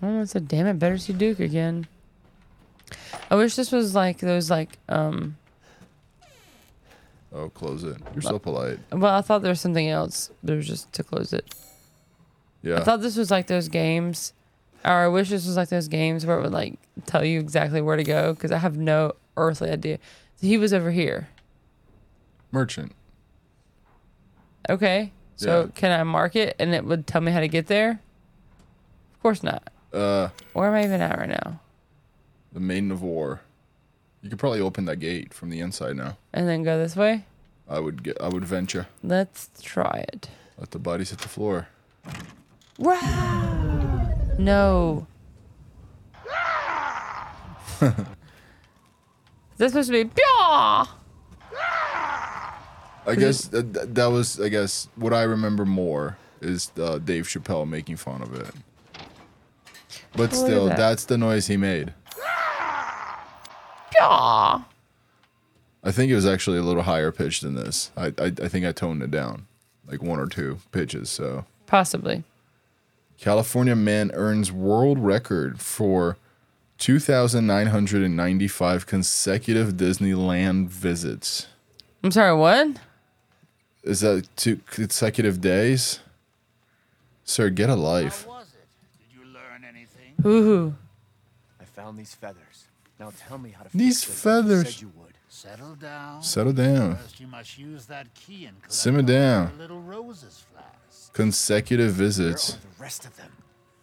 I don't know. It's a damn it. Better see Duke again. I wish this was like those like um.
Oh, close it. You're so polite.
Well, I thought there was something else. There was just to close it.
Yeah.
I thought this was like those games, or I wish this was like those games where it would like tell you exactly where to go because I have no earthly idea. He was over here.
Merchant.
Okay. So
Yeah.
can I mark it and it would tell me how to get there? Of course not.
Uh,
Where am I even at right now?
the maiden of war. You could probably open that gate from the inside now.
And then go this way?
I would get. I would venture.
Let's try it.
Let the bodies hit the floor.
No. Is that supposed to be Pyaw!
I guess that, that that was. I guess what I remember more is uh, Dave Chappelle making fun of it. But
at
still,
that.
that's the noise he made.
Pyaw!
I think it was actually a little higher pitched than this. I I, I think I toned it down, like one or two pitches. So
Possibly.
California man earns world record for 2,995 consecutive Disneyland visits.
I'm sorry, what?
Is that two consecutive days? Sir, get a life.
Ooh.
I found these feathers. Now tell me how to.
These
fix this like you
feathers.
said you would.
Settle down.
Settle down.
First, you must use that key and collect
Simmer
all
down.
the little roses flies.
Consecutive
Where are
visits.
the rest of them?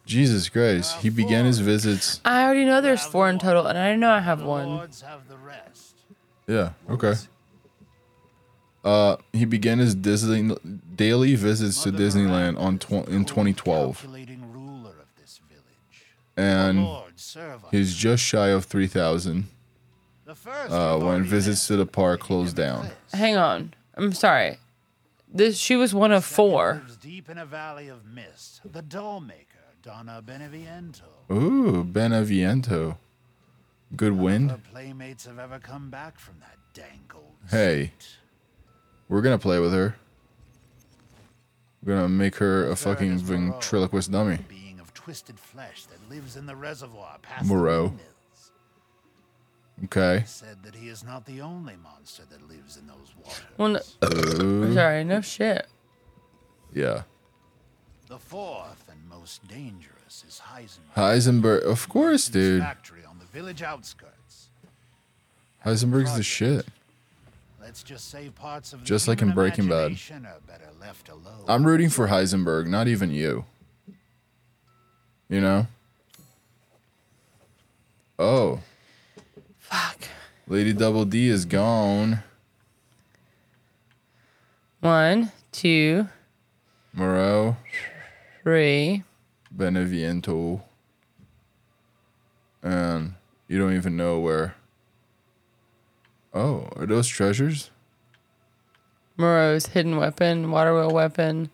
Jesus Christ. He began his visits.
I already know there's four in total, and I didn't know I have one.
Lords have the rest.
Yeah. Okay. Uh, he began his Disney daily visits to Disneyland on tw- in 2012,
Calculating ruler of this village.
and
Lord, serve us.
he's just shy of 3,000
The first
uh,
you've
when
already
visits to the park closed
met.
down.
Hang on. I'm sorry. This she was one of four.
Lives deep in a valley of mist. The doll maker, Donna Beneviento.
Ooh, Beneviento. Good wind.
Her playmates have ever come back from that dank old
Hey.
seat.
We're gonna play with her. We're gonna make her a fucking ventriloquist dummy.
being of twisted flesh that lives in the reservoir past
Moreau.
the windmills,
Okay.
said that he is not the only monster that lives in those waters.
Well, no,
Uh.
I'm sorry. No shit.
Yeah.
The fourth and most dangerous is Heisenberg's
Heisenberg, of course, dude.
factory on the village outskirts.
Heisenberg's the shit.
Let's just say parts of
Just
the
like in
human
Breaking Bad.
imagination Are better left alone.
I'm rooting for Heisenberg, not even you. You know? Oh,
Fuck.
Lady Double D is gone.
One, two,
Moreau,
three.
Beneviento, and you don't even know where. Oh, are those treasures?
Moreau's hidden weapon, water wheel weapon,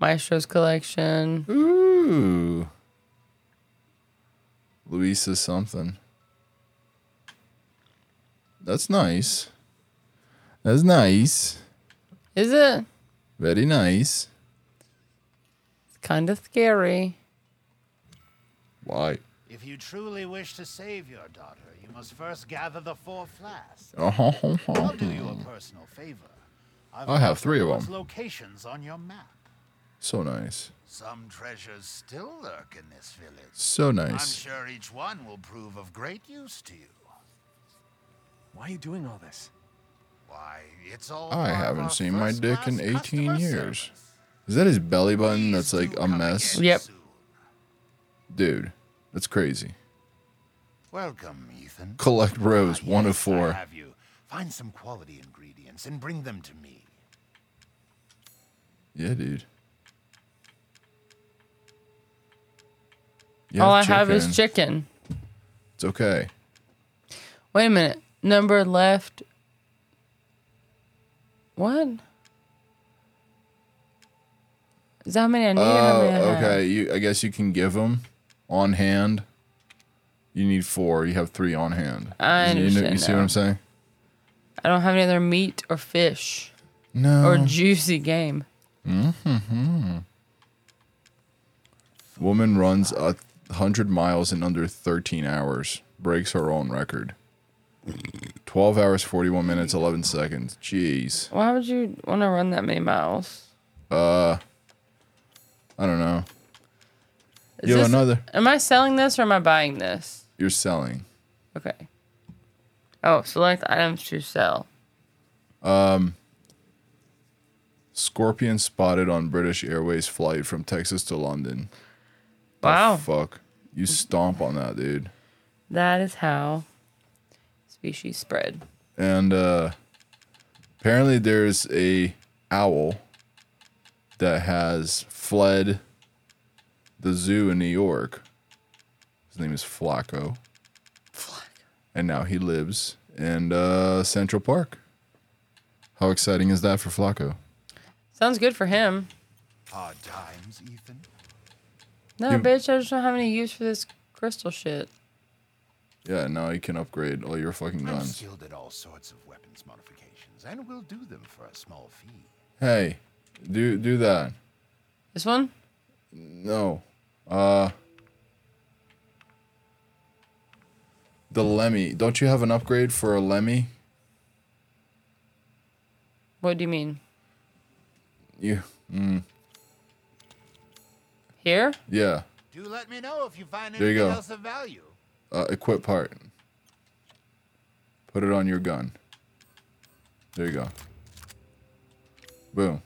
Maestro's collection.
Ooh. Luisa something. That's nice. That's nice.
Is it?
Very nice.
It's kind of scary.
Why?
If you truly wish to save your daughter, you must first gather the four flasks. I'll do you a personal favor. I've
hmm. I have
marked
three of
those
them.
Locations on your map.
So nice.
Some treasures still lurk in this village.
So
I'm
nice.
sure each one will prove of great use to you.
Why are you doing all this?
Why, it's all.
I
part of
haven't
our
seen my dick in
first-class
18
customer
years.
service.
Is that his belly button
Please
that's like
do
a
come
mess?
again
Yep.
soon.
Dude, that's crazy.
Welcome, Ethan.
Collect Rose,
Ah,
one of
yes, I
four.
have you. Find some quality ingredients and bring them to me.
Yeah, dude. You
All I have is
chicken.
chicken.
It's okay.
Wait a minute. Number left. What? Is that how many I need? or how
Oh,
many I have?
okay. You, I guess you can give them on hand. You need four. You have three on hand.
I
You know- You,
understand
see what
now.
I'm saying?
I don't have any other meat or fish
No.
or juicy game.
Woman runs a hundred miles in under 13 hours. Breaks her own record. 12 hours, 41 minutes, 11 seconds. Jeez.
Why would you want to run that many miles?
I don't know.
Is
you have
this-
another.
Am I selling this or am I buying this?
You're selling.
Okay. Oh, select items to sell.
Scorpion spotted on British Airways flight from Texas to London.
Wow.
Fuck. You stomp on that, dude.
That is how species spread.
and uh, apparently there's a owl that has fled the zoo in New York. His name is Flacco, and now he lives in uh, Central Park. How exciting is that for Flacco?
Sounds good for him.
Hard times, Ethan.
No,
You-
bitch, I just don't have any use for this crystal shit.
Yeah, now you can upgrade all your fucking
I'm
guns.
skilled at all sorts of weapons modifications, and will do them for a small fee.
Hey, do do that.
This one?
No. Uh The Lemmy. Don't you have an upgrade for a Lemmy?
What do you mean?
You
Here?
yeah.
Do let me know if you find
There you
anything
go.
else of value.
Uh equip part. Put it on your gun. There you go. Boom.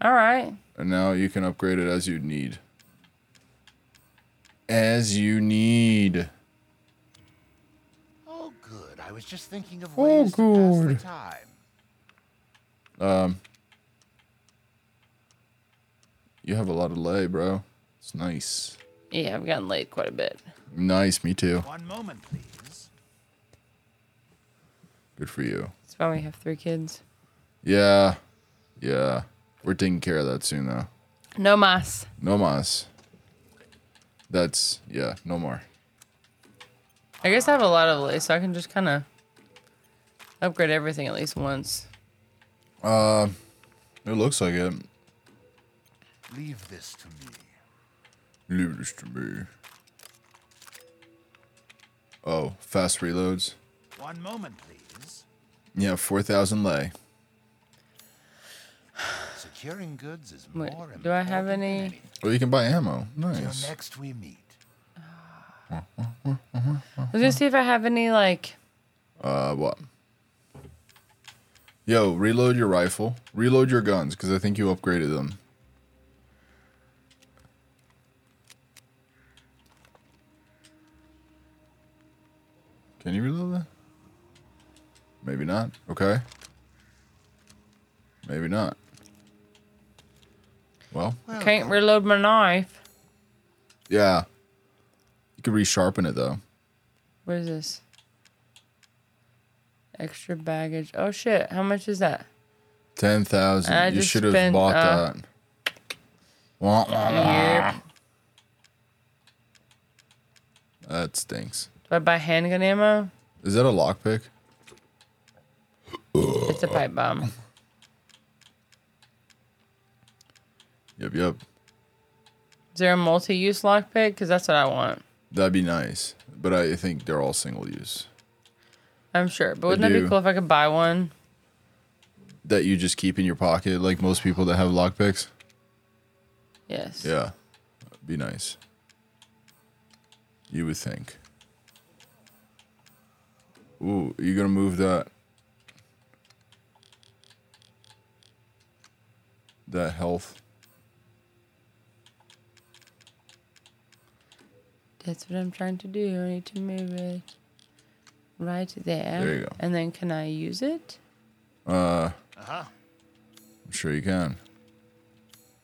All right.
And now you can upgrade it as you need. As you need.
Oh, good. I was just thinking of
Oh,
ways to pass
good.
the time.
You have a lot of lay, bro. It's nice.
Yeah, I've gotten late quite a bit.
Nice, me too.
One moment, please.
Good for you.
That's why we have three kids.
Yeah. Yeah. We're taking care of that soon though.
No mas.
No mas. That's yeah, no more.
I guess I have a lot of lace, so I can just kind of upgrade everything at least once.
It looks like it.
Leave this to me.
Leave this to me. Oh, fast reloads.
One moment, please.
Yeah, four thousand lay.
Securing goods is more
Wait,
important.
do I have
than
any-
anything.
Oh, you can buy ammo.
Till
Nice.
next we meet.
I was gonna see if I have any like.
Uh, what? Yo, reload your rifle. Reload your guns because I think you upgraded them. Can you reload that? Maybe not. Okay. Maybe not. Well,
Can't reload my knife.
yeah. You could resharpen it though.
What is this? Extra baggage. Oh shit! How much is that?
Ten
I
thousand. You
just
should have
spent,
bought
uh,
that. Wah, wah, wah.
Yep.
That stinks.
Do I buy handgun ammo?
Is that a lockpick?
It's a pipe bomb.
Yep, yep.
Is there a multi-use lockpick? Cause that's what I want.
That'd be nice. But I think they're all single use.
I'm sure. But wouldn't that be
do.
cool if I could buy one?
That you just keep in your pocket, like most people that have lockpicks.
Yes.
Yeah. Be nice. You would think. Ooh, you gonna move that that health.
That's what I'm trying to do. I need to move it right there.
There you go.
And then can I use it?
I'm sure you can.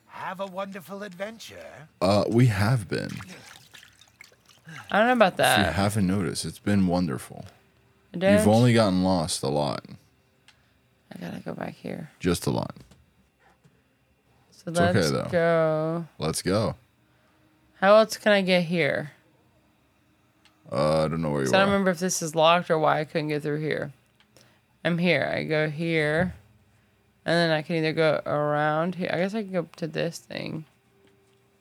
Have a wonderful adventure.
Uh we have been. If
I don't know about
you
that.
haven't noticed, it's been wonderful.
I don't.
You've only gotten lost a lot.
I gotta go back here.
Just a lot.
So
okay,
let's
though.
go.
Let's go.
How else can I get here?
Uh, I don't know where you
So I don't
are.
remember if this is locked or why I couldn't get through here. I'm here. I go here, and then I can either go around here. I guess I can go to this thing.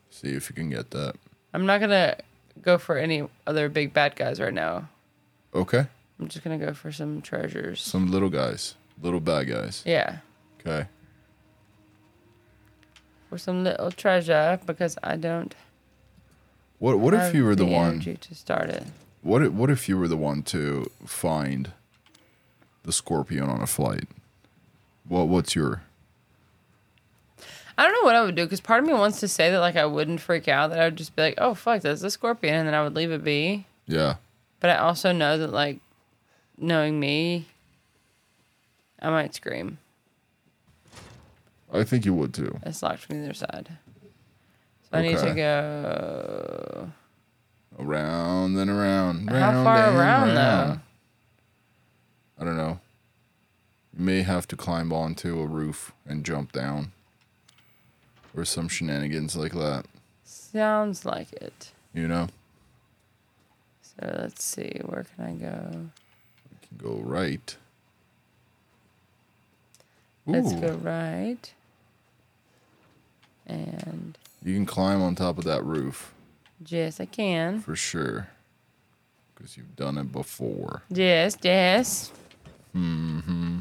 See if you can get that.
I'm not gonna go for any other big bad guys right now.
Okay.
I'm just gonna go for some treasures.
Some little guys. Little bad guys.
Yeah,
Okay.
for some little treasure because I don't.
What what if
have
you were the, one
energy to start it?
what if, what if you were the one to find the scorpion on a flight? What what's your
I don't know what I would do because part of me wants to say that like I wouldn't freak out that I would just be like, oh fuck, that's the scorpion, and then I would leave it be.
yeah.
But I also know that like knowing me, I might scream.
I think you would too.
It's locked from either side, so I need to
Okay.
go.
Around and around.
How
round
far
and
around
round.
though?
I don't know. You may have to climb onto a roof and jump down. Or some shenanigans like that.
Sounds like it.
You know?
So let's see, where can I go?
You can go right.
Let's
Ooh.
go right. And
You can climb on top of that roof
yes, I can.
for sure. Because you've done it before.
Yes, yes. Mm-hmm.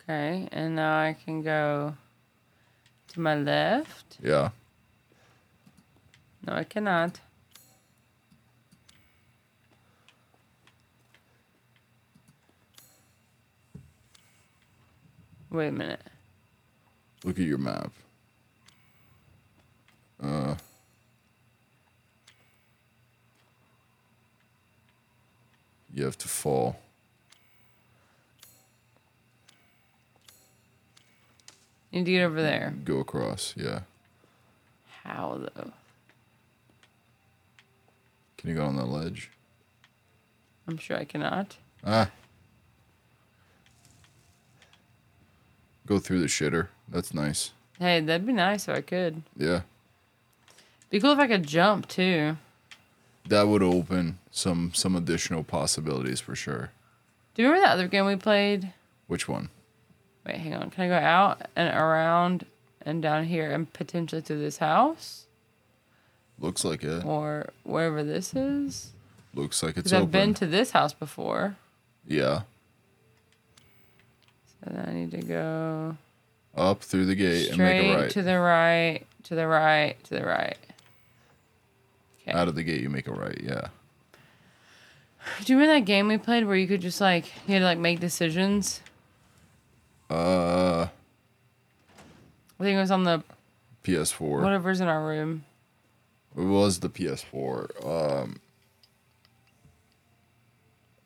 Mm-hmm. Okay, and now I can go to my left.
Yeah.
No, I cannot. Wait a minute.
Look at your map. Uh, you have to fall.
You need to get over there.
Go across. Yeah.
How though?
Can you go on that ledge?
I'm sure I cannot.
Ah. Go through the shitter. That's nice.
Hey, that'd be nice if I could.
Yeah.
Be cool if I could jump too.
That would open some some additional possibilities for sure.
Do you remember that other game we played?
Which one?
Wait, hang on. Can I go out and around and down here and potentially through this house
Looks like it.
or wherever this is?
Looks like it's
Because I've
open.
been to this house before.
yeah.
So then I need to go
Up through the gate and make
straight
a right.
to the right, to the right, to the right. Okay.
Out of the gate, you make a right. Yeah.
Do you remember that game we played where you could just like you had to like make decisions?
Uh,
I think it was on the
PS4.
whatever's in our room.
Uh, It was the PS4. Um,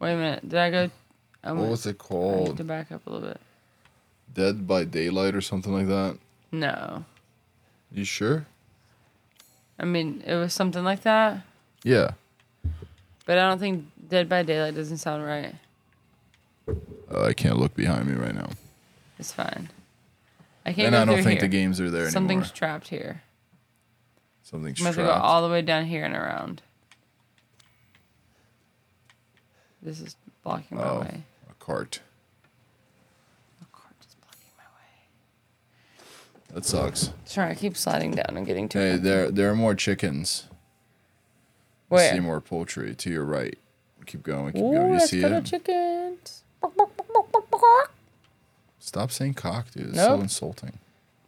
Wait a minute. Did I go? I
What
went-
was it
I need to
called?
back up a little bit.
Dead by Daylight or something like that.
No.
You sure?
I mean, it was something like that,
Yeah.
but I don't think Dead by Daylight doesn't sound right.
Uh, I can't look behind me right now.
It's fine. I can't.
And
go
I don't
through
think the
here.
games are there
Something's
anymore.
trapped here.
Something's
I'm gonna have to go
trapped.
all the way down here and around. This is blocking my
Oh.
way.
a cart.
Oh, cart is blocking my way.
That sucks.
Sorry, I keep sliding down and getting to
Hey,
it.
there there are more chickens. You
Where?
see more poultry to your right. Keep going. Keep
Ooh,
going. You
that's
see
for the
it?
chickens.
Stop saying cock, dude. It's so
Nope.
insulting.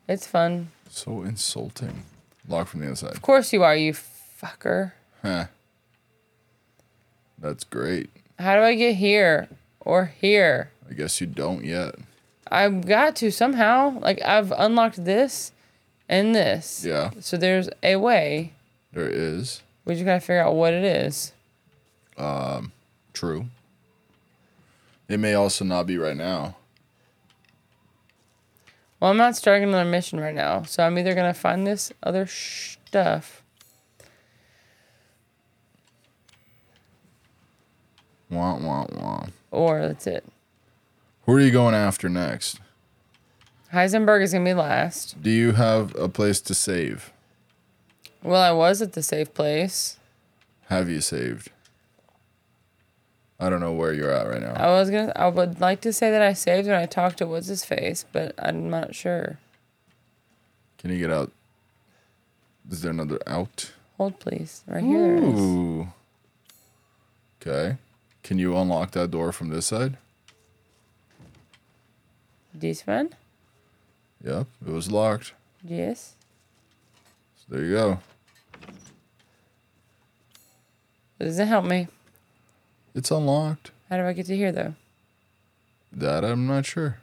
It's fun.
So insulting. Log from the inside.
Of course you are, you fucker.
Huh. That's great.
How do I get here or here?
I guess you don't yet.
I've got to somehow. Like I've unlocked this and this.
Yeah,
So there's a way.
there is.
We just gotta figure out what it is.
True. It may also not be right now.
Well, I'm not starting another mission right now, so I'm either gonna find this other stuff.
Wah, wah, wah.
Or that's it.
Who are you going after next?
Heisenberg is gonna be last.
Do you have a place to save?
Well, I was at the safe place.
Have you saved? I don't know where you're at right now.
I was gonna. I would like to say that I saved when I talked to what's his face, but I'm not sure.
Can you get out? Is there another out?
Hold please. Right here. There it is.
Ooh. Okay. Can you unlock that door from this side?
This one.
Yep, it was locked.
Yes.
So there you go.
It doesn't help me.
It's unlocked.
How do I get to here though?
That I'm not sure.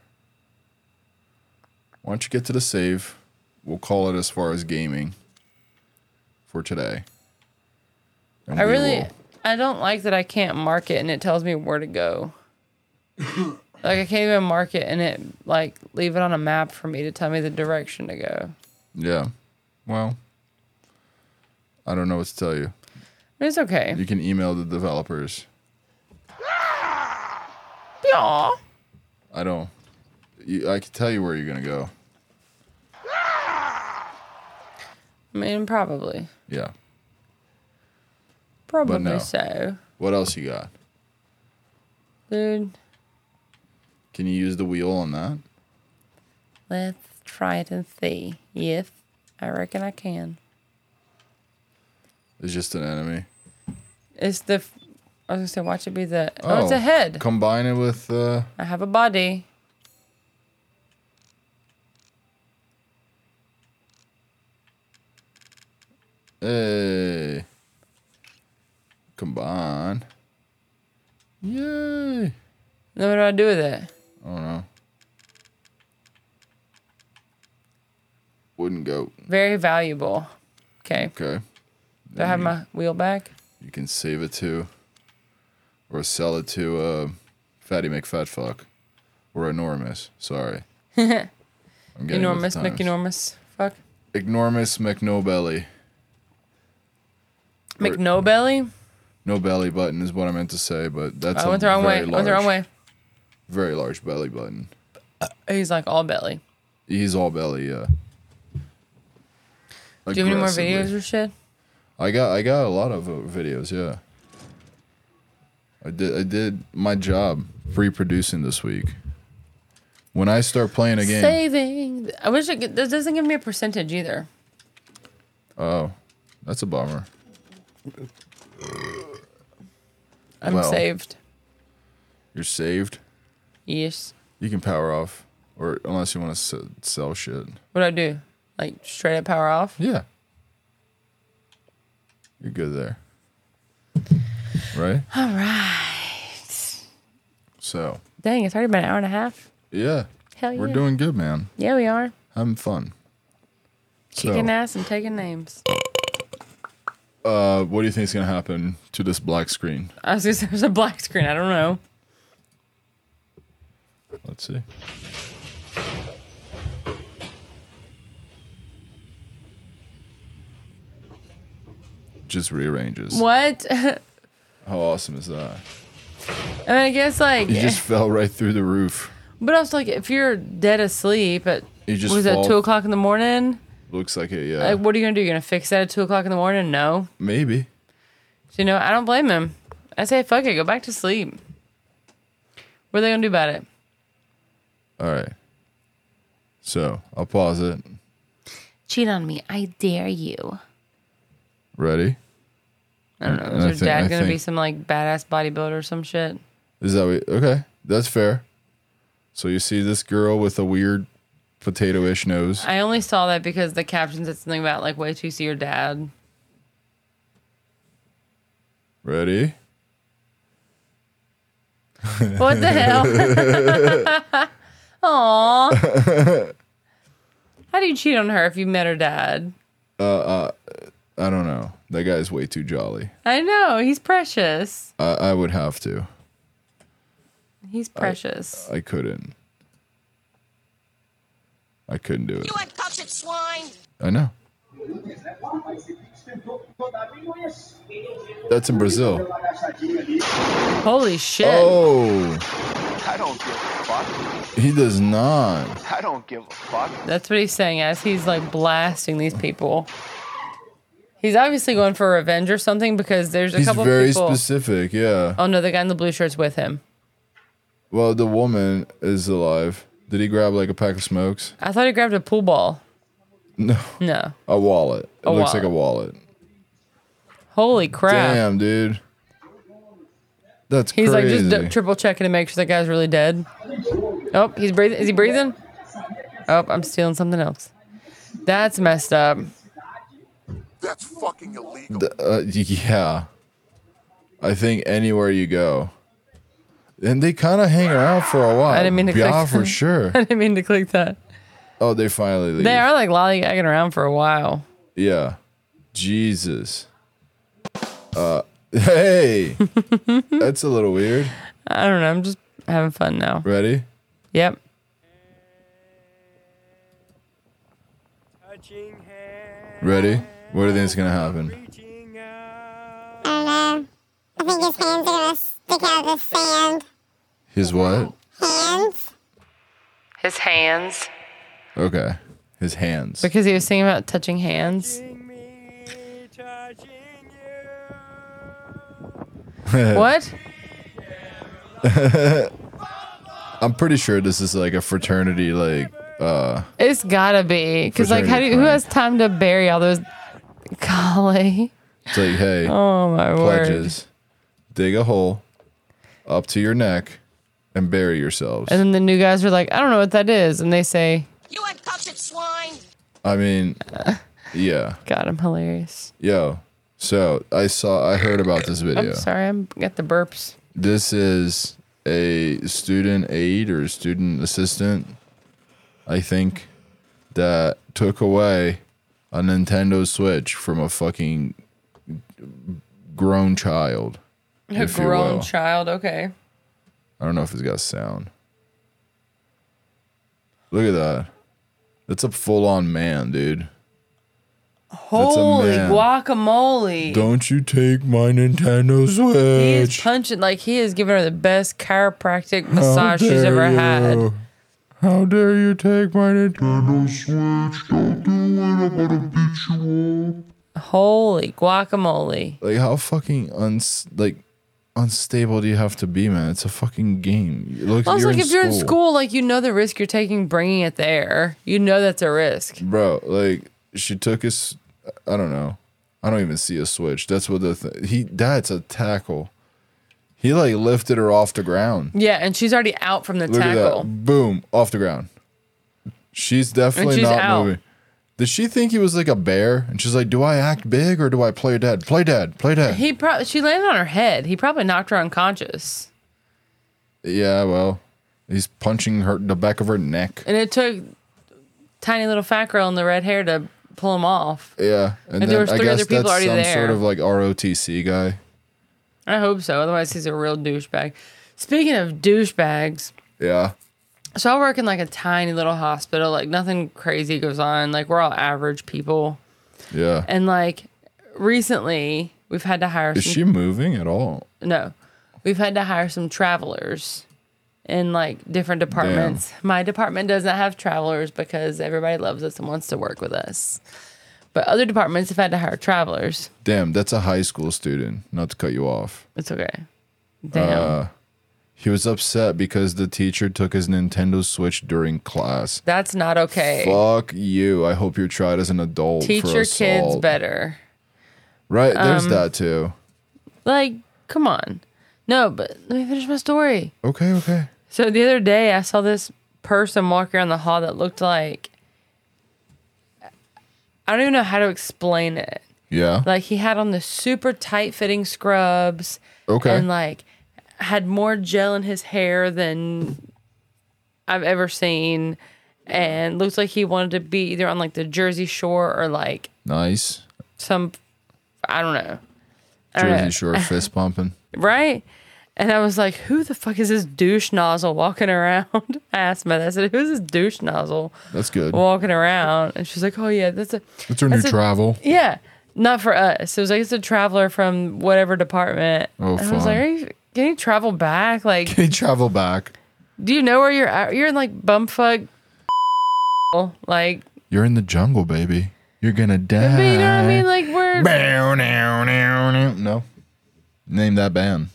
Why don't you get to the save? We'll call it as far as gaming for today. And
I
we
really,
will-
I don't like that I can't mark it and it tells me where to go. like I can't even mark it and it like leave it on a map for me to tell me the direction to go.
Yeah. Well, I don't know what to tell you.
It's okay.
You can email the developers.
Yeah.
I don't. You, I can tell you where you're gonna go.
I mean, probably,
Yeah.
probably
no.
so,
What else you got?
dude.
Can you use the wheel on that?
Let's try it and see. Yes, I reckon I can.
It's just an enemy.
It's the. f- I was gonna say, watch it be the. Oh, it's a head.
Combine it with. Uh,
I have a body.
hey. Uh, Combine. Yay.
Then what do I do with it?
I don't know. Wouldn't go.
Very valuable. Okay.
Okay.
Do
Mm.
I have my wheel back?
You can save it to, or sell it to uh, Fatty McFatfuck, or Enormous. Sorry. I'm getting with the
Enormous,
times.
McEnormous. Fuck.
Ignormous McNobelly.
McNobelly?
No belly button is what I meant to say, but that's
I
a
Uh, went the wrong way.
very Large,
I went the wrong way.
Very large belly button.
He's like all belly.
He's all belly, uh, yeah.
Do you have any more videos or shit?
I got I got a lot of uh, videos, yeah. I did I did my job pre-producing this week. When I start playing a game,
Saving. I wish it, could- this doesn't give me a percentage either.
that's a bummer.
I'm
Well.
saved.
You're saved.
Yes.
You can power off, or unless you want to s- sell shit.
What do I do? Like straight up power off?
Yeah. You're good there. Right?
All right.
So,
Dang, it's already been an hour and a half.
yeah.
Hell Oh, yeah.
We're doing good, man.
Yeah, we are.
Having fun. So,
Kicking ass and taking names.
uh, what do you think is gonna happen to this black screen?
I was gonna say there's a black screen. I don't know.
Let's see. Just rearranges.
What?
How awesome is that?
I mean, I guess like,
You just fell right through the roof.
but also like, if you're dead asleep at
You just
was it
fall.
two o'clock in the morning?
Looks like it, yeah.
Like, what are you gonna do? You're gonna fix that at two o'clock in the morning? No.
Maybe.
So you know, I don't blame him. I say, fuck it, go back to sleep. What are they gonna do about it?
All right. So I'll pause it.
Cheat on me, I dare you.
Ready?
I don't know.
And I
Is
think-
your dad
I
gonna be
think-
some like badass bodybuilder or some shit?
Is that what, okay? That's fair. So you see this girl with a weird potato-ish nose.
I only saw that because the caption said something about like, wait till you see your dad.
Ready?
What the hell? Aww. How do you cheat on her if you met her dad?
I don't know. That guy's way too jolly.
I know he's precious.
I, I would have to.
He's precious.
I couldn't. I couldn't do it.
uncultured swine!
I know. That's in Brazil.
Holy shit!
Oh,
I don't give a fuck.
he does not.
I don't give a fuck.
That's what he's saying as he's like blasting these people. He's obviously going for revenge or something because there's a
He's
couple
very
people.
specific. Yeah.
Oh no, the guy in the blue shirt's with him.
Well, the woman is alive. Did he grab like a pack of smokes?
I thought he grabbed a pool ball.
No,
No.
a wallet. It
A
looks like a wallet.
Holy crap.
Damn, dude. That's
He's
crazy.
like just d- triple checking to make sure that guy's really dead. Oh, he's breathing. Is he breathing? Oh, I'm stealing something else. That's messed up.
That's fucking illegal.
Th- uh, y- yeah. I think anywhere you go. And they kind of hang around for a while.
I didn't mean to
Yeah,
click-
for sure.
I didn't mean to click that.
Oh, they finally leave.
They are like lollygagging around for a while.
Yeah. Jesus. Uh, hey. That's a little weird.
I don't know. I'm just having fun now.
Ready?
Yep.
Ready? What do you think is going to happen?
I don't know. I think his hands are gonna stick out of the sand.
His what?
Hands?
His hands.
Okay. His hands.
Because he was singing about touching hands. What?
I'm pretty sure this is like a fraternity, like, uh,
It's gotta be. Because, like, how do you, who has time to bury all those? Golly.
it's like, hey,
Oh, my word.
pledges. Dig a hole up to your neck and bury yourselves.
And then the new guys are like, I don't know what that is. And they say,
You uncultured swine!
I mean, yeah.
God, I'm hilarious.
Yo. So I saw, I heard about this
I'm
video.
sorry, I'm got the burps.
This is a student aide or student assistant, I think, that took away a Nintendo Switch from a fucking grown child.
A
if you
grown
will.
child, okay.
I don't know if it's got sound. Look at that. That's a full on man, dude.
Holy
man.
guacamole.
Don't you take my Nintendo
he is
Switch.
punching like he is giving her the best chiropractic massage she's ever had.
How dare you take my Nintendo
Holy guacamole.
Like, how fucking uns- like unstable do you have to be, man? It's a fucking game. You Look,
Also,
you're
like
in
if you're in school, like you know the risk you're taking bringing it there. You know that's a risk.
Bro, like, she took his. I don't know. I don't even see a switch. That's what the. Th- he. That's a tackle. He, like, lifted her off the ground.
Yeah, and she's already out from the
Look at
tackle.
that. Boom, off the ground. She's definitely
she's
not
out.
moving. Did she think he was like a bear? And she's like, "Do I act big or do I play dead? Play dead, play dead."
He probably she landed on her head. He probably knocked her unconscious.
yeah, well, he's punching her the back of her neck.
And it took tiny little fat girl in the red hair to pull them off.
Yeah, and,
And there
then
was
I
three other
guess
people
that's
already
some
there.
sort of like ROTC guy.
I hope so. Otherwise, he's a real douchebag. Speaking of douchebags,
Yeah,
so I work in like a tiny little hospital. Like nothing crazy goes on. Like we're all average people.
yeah.
And like recently, we've had to hire.
Is
some
she moving at all?
No, we've had to hire some travelers in like different departments. My department doesn't have travelers because everybody loves us and wants to work with us. But other departments have had to hire travelers.
Damn, that's a high school student. Not to cut you off.
It's okay. Damn.
Uh, He was upset because the teacher took his Nintendo Switch during class.
That's not okay.
Fuck you. I hope you're tried as an adult.
Teach
for
your kids um,
assault.
better.
Right, there's that too.
Like, come on. No, but let me finish my story.
Okay, okay.
So the other day, I saw this person walk around the hall that looked like I don't even know how to explain it.
Yeah.
Like he had on the super tight fitting scrubs.
Okay.
And like had more gel in his hair than I've ever seen. And looked like he wanted to be either on like the Jersey Shore or like
nice.
some I don't know. I don't know.
Jersey Shore fist pumping.
Right? And I was like, who the fuck is this douche nozzle walking around? I asked my I said, Who's this douche nozzle
That's good.
walking around? And she's like, Oh yeah, that's a
That's our new
that's a-
travel.
yeah, not for us. It was like it's a traveler from whatever department.
Oh,
and I was like,
fun.
Are you, can you travel back? Like,
They travel back.
do you know where you're at? You're in like bumfuck, like,
You're in the jungle, baby. You're gonna die.
but you know what I mean? Like, we're
Bow, now, now, now. No. Name that band.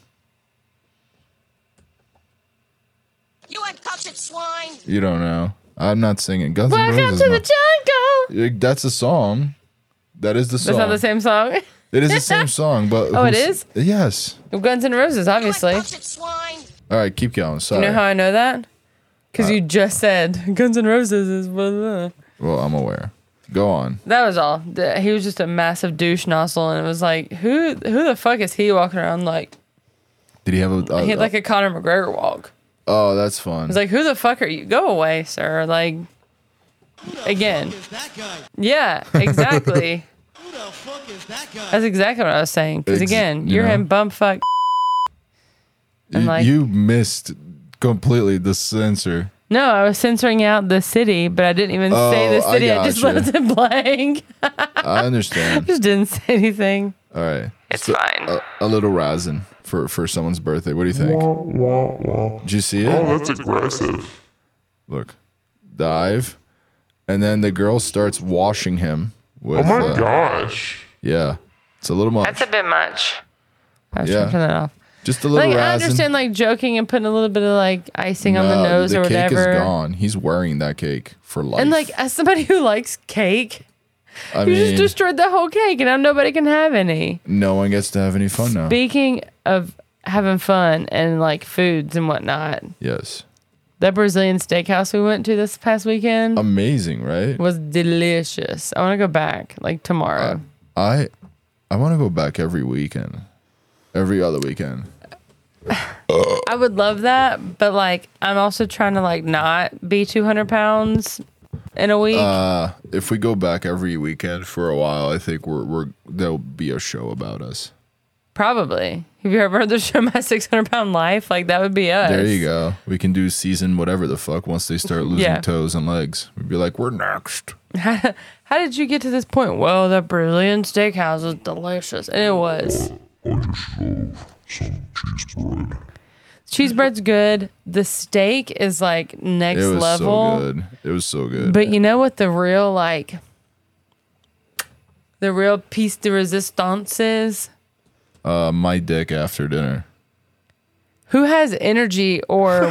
You uncultured swine!
You don't know. I'm not singing. Guns N'
welcome to
Roses.
the
man.
jungle.
Yeah, That's a song. That is the song.
That's not the same song.
It is the same song, but
Oh, it
who's- Yes.
Guns N' Roses, obviously.
Oh
swine!
All right, keep going.
You
Sorry.
know how I know that? Because you just said Guns N' Roses is. Blah, blah.
well, I'm aware. Go on.
That was all. The- He was just a massive douche nozzle, and it was like, who who the fuck is he walking around like?
Did he have a? Uh,
He had like a Conor McGregor walk.
oh, that's fun.
It's like, who the fuck are you? Go away, sir. Like, again.
That guy.
Yeah, exactly.
Who the fuck is that guy?
That's exactly what I was saying. Because
Ex-
again,
you
you're
know.
in bumfuck.
Y-
And like,
you missed completely the censor.
no, I was censoring out the city, but I didn't even say
Oh,
the
I
city. I, just
gotcha.
left it blank.
I understand.
just didn't say anything.
All right.
It's
So, uh,
fine.
A, a little rosin for for someone's birthday. What do you think? Did you see it?
Oh, that's aggressive.
Look, dive, and then the girl starts washing him with.
Oh my
uh,
gosh.
Yeah, it's a little much.
That's a bit much. I was
Yeah.
trying to turn that off.
Just a little
Like I
rosin.
understand, like joking and putting a little bit of like icing on the
No,
nose
the
or
cake
whatever.
is gone. He's wearing that cake for life.
And like as somebody who likes cake,
I
you
mean,
just destroyed the whole cake, and now nobody can have any.
no one gets to have any fun now.
Speaking of having fun and like foods and whatnot,
Yes,
that Brazilian steakhouse we went to this past weekend
Um, amazing, right?
was delicious. I want to go back like tomorrow.
uh, I I want to go back every weekend, every other weekend.
I would love that, but like I'm also trying to like not be 200 pounds in a week.
Uh, if we go back every weekend for a while, I think we're we're there'll be a show about us.
Probably. Have you ever heard the show My 600 Pound Life? Like that would be us.
There you go. We can do season whatever the fuck once they start losing
Yeah.
toes and legs. We'd be like, we're next.
How did you get to this point? Well, that Brazilian steakhouse was delicious, and it was.
I just love some cheese bread.
Cheese bread's good. The steak is like next
It was so
level.
good. It was so good.
But you know what the real like the real piece de resistance is?
uh, my dick after dinner.
Who has energy or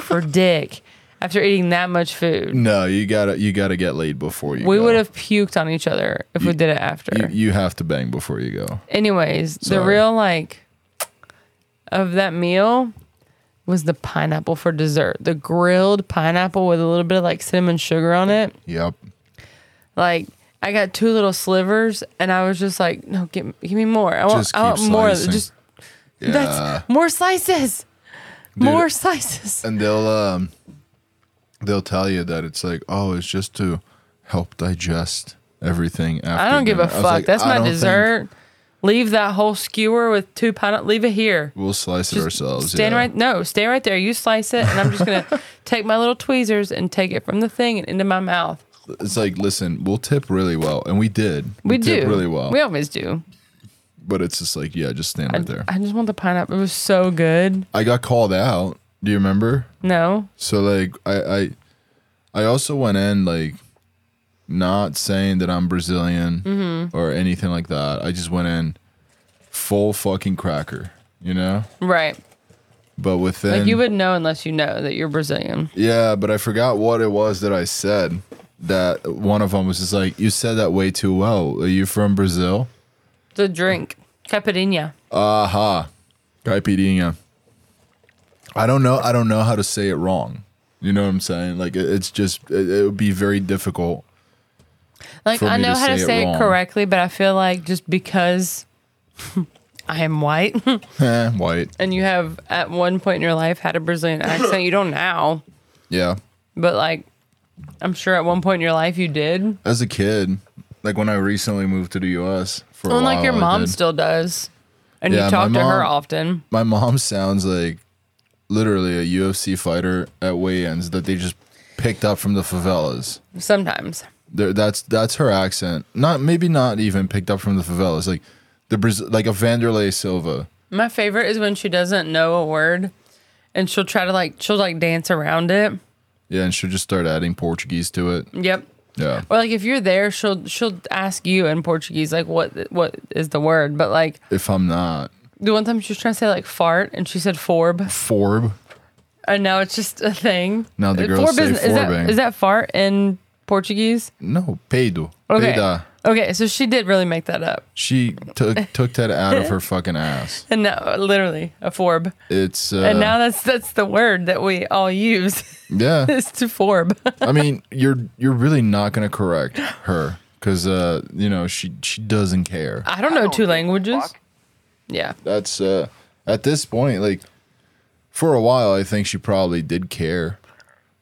for dick after eating that much food?
No, you gotta you gotta get laid before you.
We
go.
would have puked on each other if we did it after.
You, you have to bang before you go.
Anyways, the
Sorry.
real like of that meal was the pineapple for dessert. The grilled pineapple with a little bit of like cinnamon sugar on it.
Yep.
Like I got two little slivers and I was just like, no, give, me- give me more. I want,
Just
I want
keep
uh, more.
slicing.
Just
Yeah.
that's more slices. more slices.
and they'll um they'll tell you that it's like oh it's just to help digest everything after
I don't give a
dinner. I was
fuck.
like,
That's
I
my
don't think
dessert. Leave that whole skewer with two pound. Leave it here.
We'll slice it
Just
ourselves.
Stand
yeah.
right. No, stay right there. You slice it, and I'm just gonna take my little tweezers and take it from the thing and into my mouth.
It's like, listen, we'll tip really well, and we did.
We,
tip
do
really well,
We always do.
but it's just like, yeah, just stand
I,
right there.
I just want the pineapple. It was so good.
I got called out. Do you remember?
No,
So like I I I also went in like not saying that I'm Brazilian
Mm-hmm.
or anything like that. I just went in full fucking cracker, you know?
right?
But within
like you wouldn't know unless you know that you're Brazilian.
Yeah, but I forgot what it was that I said. That one of them was just like, "You said that way too well. Are you from Brazil?"
The drink, caipirinha.
Aha. Caipirinha. I don't know. I don't know how to say it wrong. You know what I'm saying? Like it- it's just it, it would be very difficult.
Like
for
I
me
know
to
how to
say it
say it,
wrong.
correctly, but I feel like just because I am white
Eh, white.
and you have at one point in your life had a Brazilian accent, you don't now,
Yeah.
but like I'm sure at one point in your life you did, and
As a kid, like when I recently moved to the U.S. for a while,
like your
I
mom
did.
still does, and
Yeah,
you
my
talk to her
mom-
often.
My mom sounds like literally a UFC fighter at weigh-ins that they just picked up from the favelas.
Sometimes
There, that's that's her accent. Not maybe not even picked up from the favelas. Like the Brazil, like a Vanderlei Silva.
my favorite is when she doesn't know a word, and she'll try to like she'll like dance around it.
Yeah, and she'll just start adding Portuguese to it.
Yep.
Yeah.
Or like if you're there, she'll she'll ask you in Portuguese like what what is the word, but like
If I'm not
The one time she was trying to say like fart, and she said forb,
Forb,
and now it's just a thing.
Now the
Uh,
girls say
is, is that
forbing.
is that fart in Portuguese?
no peido,
Okay.
peida.
Okay, so she did really make that up,
She took took that out of her fucking ass.
and now literally a forb,
It's uh,
and now that's that's the word that we all use
yeah.
is to forb.
I mean, you're you're really not gonna correct her because uh, you know she she doesn't care.
I don't know
don't
two
give a
languages.
fuck.
Yeah,
That's uh, at this point, like for a while, I think she probably did care.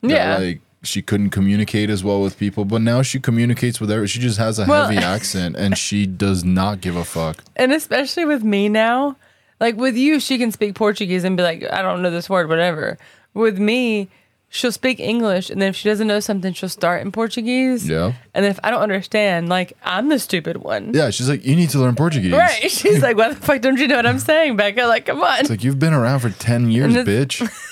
that,
yeah.
like she couldn't communicate as well with people, but now she communicates with everyone. She just has a
Well-
heavy accent, and she does not give a fuck.
and especially with me now, like with you, she can speak Portuguese and be like, I don't know this word, whatever. With me, she'll speak English, and then if she doesn't know something, she'll start in Portuguese.
Yeah.
And if I don't understand, like I'm the stupid one.
Yeah, she's like, you need to learn Portuguese.
Right. She's like, why the fuck don't you know what I'm saying, Becca? Like, come on.
It's like you've been around for ten years,
And it's-
bitch.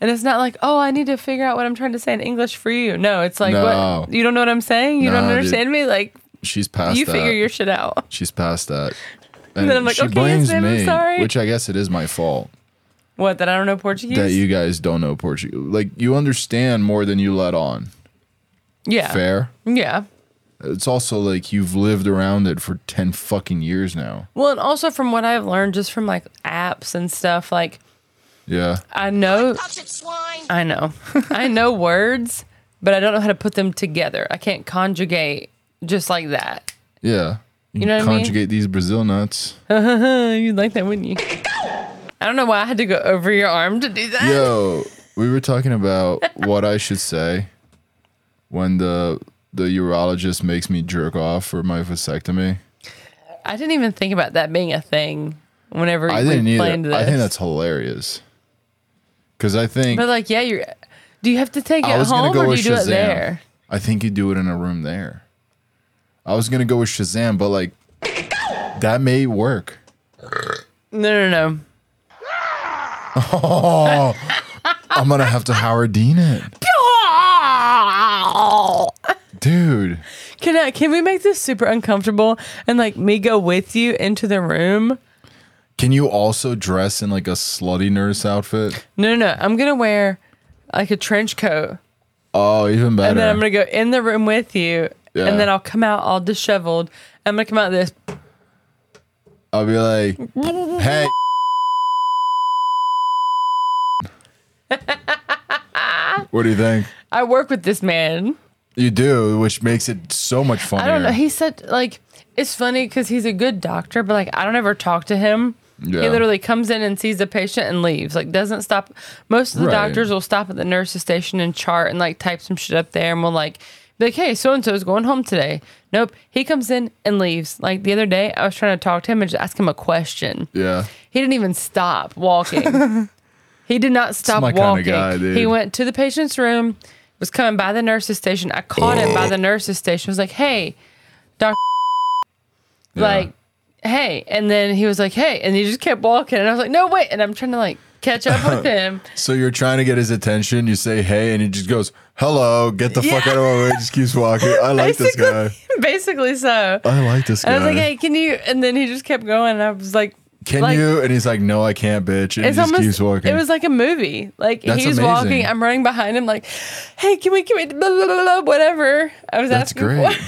and it's not like, oh, I need to figure out what I'm trying to say in English for you. No, it's like,
No.
what? You don't know what I'm saying? You don't
Nah, dude.
understand me? Like,
She's past
you
that.
figure your shit out.
she's past that. And,
then I'm like,
she
"Okay, yes,
blames
ma'am, I'm
me,
sorry."
which I guess it is my fault.
What? That I don't know Portuguese?
that you guys don't know Portuguese. Like you understand more than you let on.
yeah.
Fair.
Yeah.
It's also like you've lived around it for ten fucking years now.
Well, and also from what I've learned just from like apps and stuff, like
Yeah.
I know I know. I know words, but I don't know how to put them together. I can't conjugate just like that.
Yeah. You,
know what I mean?
conjugate these Brazil nuts.
Uh, You'd like that, wouldn't you? I don't know why I had to go over your arm to do that.
Yo, we were talking about what I should say when the the urologist makes me jerk off for my vasectomy.
I didn't even think about that being a thing whenever
I
we
didn't
planned
either.
this.
I think that's hilarious. Cause I think
But like, yeah, you're. Do you have to take it
I was
home
gonna go
or
with
do you do
Shazam.
it there?
I think you do it in a room there. I was gonna go with Shazam, but like that may work.
No, no, no.
Oh, I'm gonna have to Howard Dean it, dude.
Can I, can we make this super uncomfortable and like me go with you into the room?
Can you also dress in like a slutty nurse outfit?
No, no, no. I'm gonna wear like a trench coat,
Oh, even better.
and then I'm gonna go in the room with you,
Yeah.
and then I'll come out all disheveled. I'm gonna come out this.
I'll be like, hey. what do you think?
I work with this man.
You do, which makes it so much funnier.
I don't know. He said like it's funny because he's a good doctor, but like I don't ever talk to him. He
Yeah.
literally comes in and sees the patient and leaves. Like doesn't stop. Most of the
Right.
doctors will stop at the nurses station and chart and like type some shit up there, and will like Be like, hey, so and so is going home today. Nope. He comes in and leaves. Like the other day, I was trying to talk to him and just ask him a question.
Yeah.
He didn't even stop walking. he did not stop
my kinda
walking.
guy, dude.
He went to the patient's room, was coming by the nurse's station. I caught him by the nurse's station. I was like, hey, Dr. Like, hey. And then he was like, hey. And he just kept walking. And I was like, no, wait. And I'm trying to like catch up with him.
So you're trying to get his attention. You say hey, and he just goes, "Hello, get the fuck
Yeah.
out of my way." Just keeps walking. I like this guy.
Basically so.
I like this guy.
I was like, hey, can you? And then he just kept going. And I was like,
Can
like,
you? And he's like, "No, I can't, bitch." And he
It's
just
almost.
keeps walking.
It was like a movie. Like
That's
he's
amazing.
walking. I'm running behind him. Like, hey, can we? Can we? Blah, blah, blah, blah, whatever. I was
That's
asking. for-
great.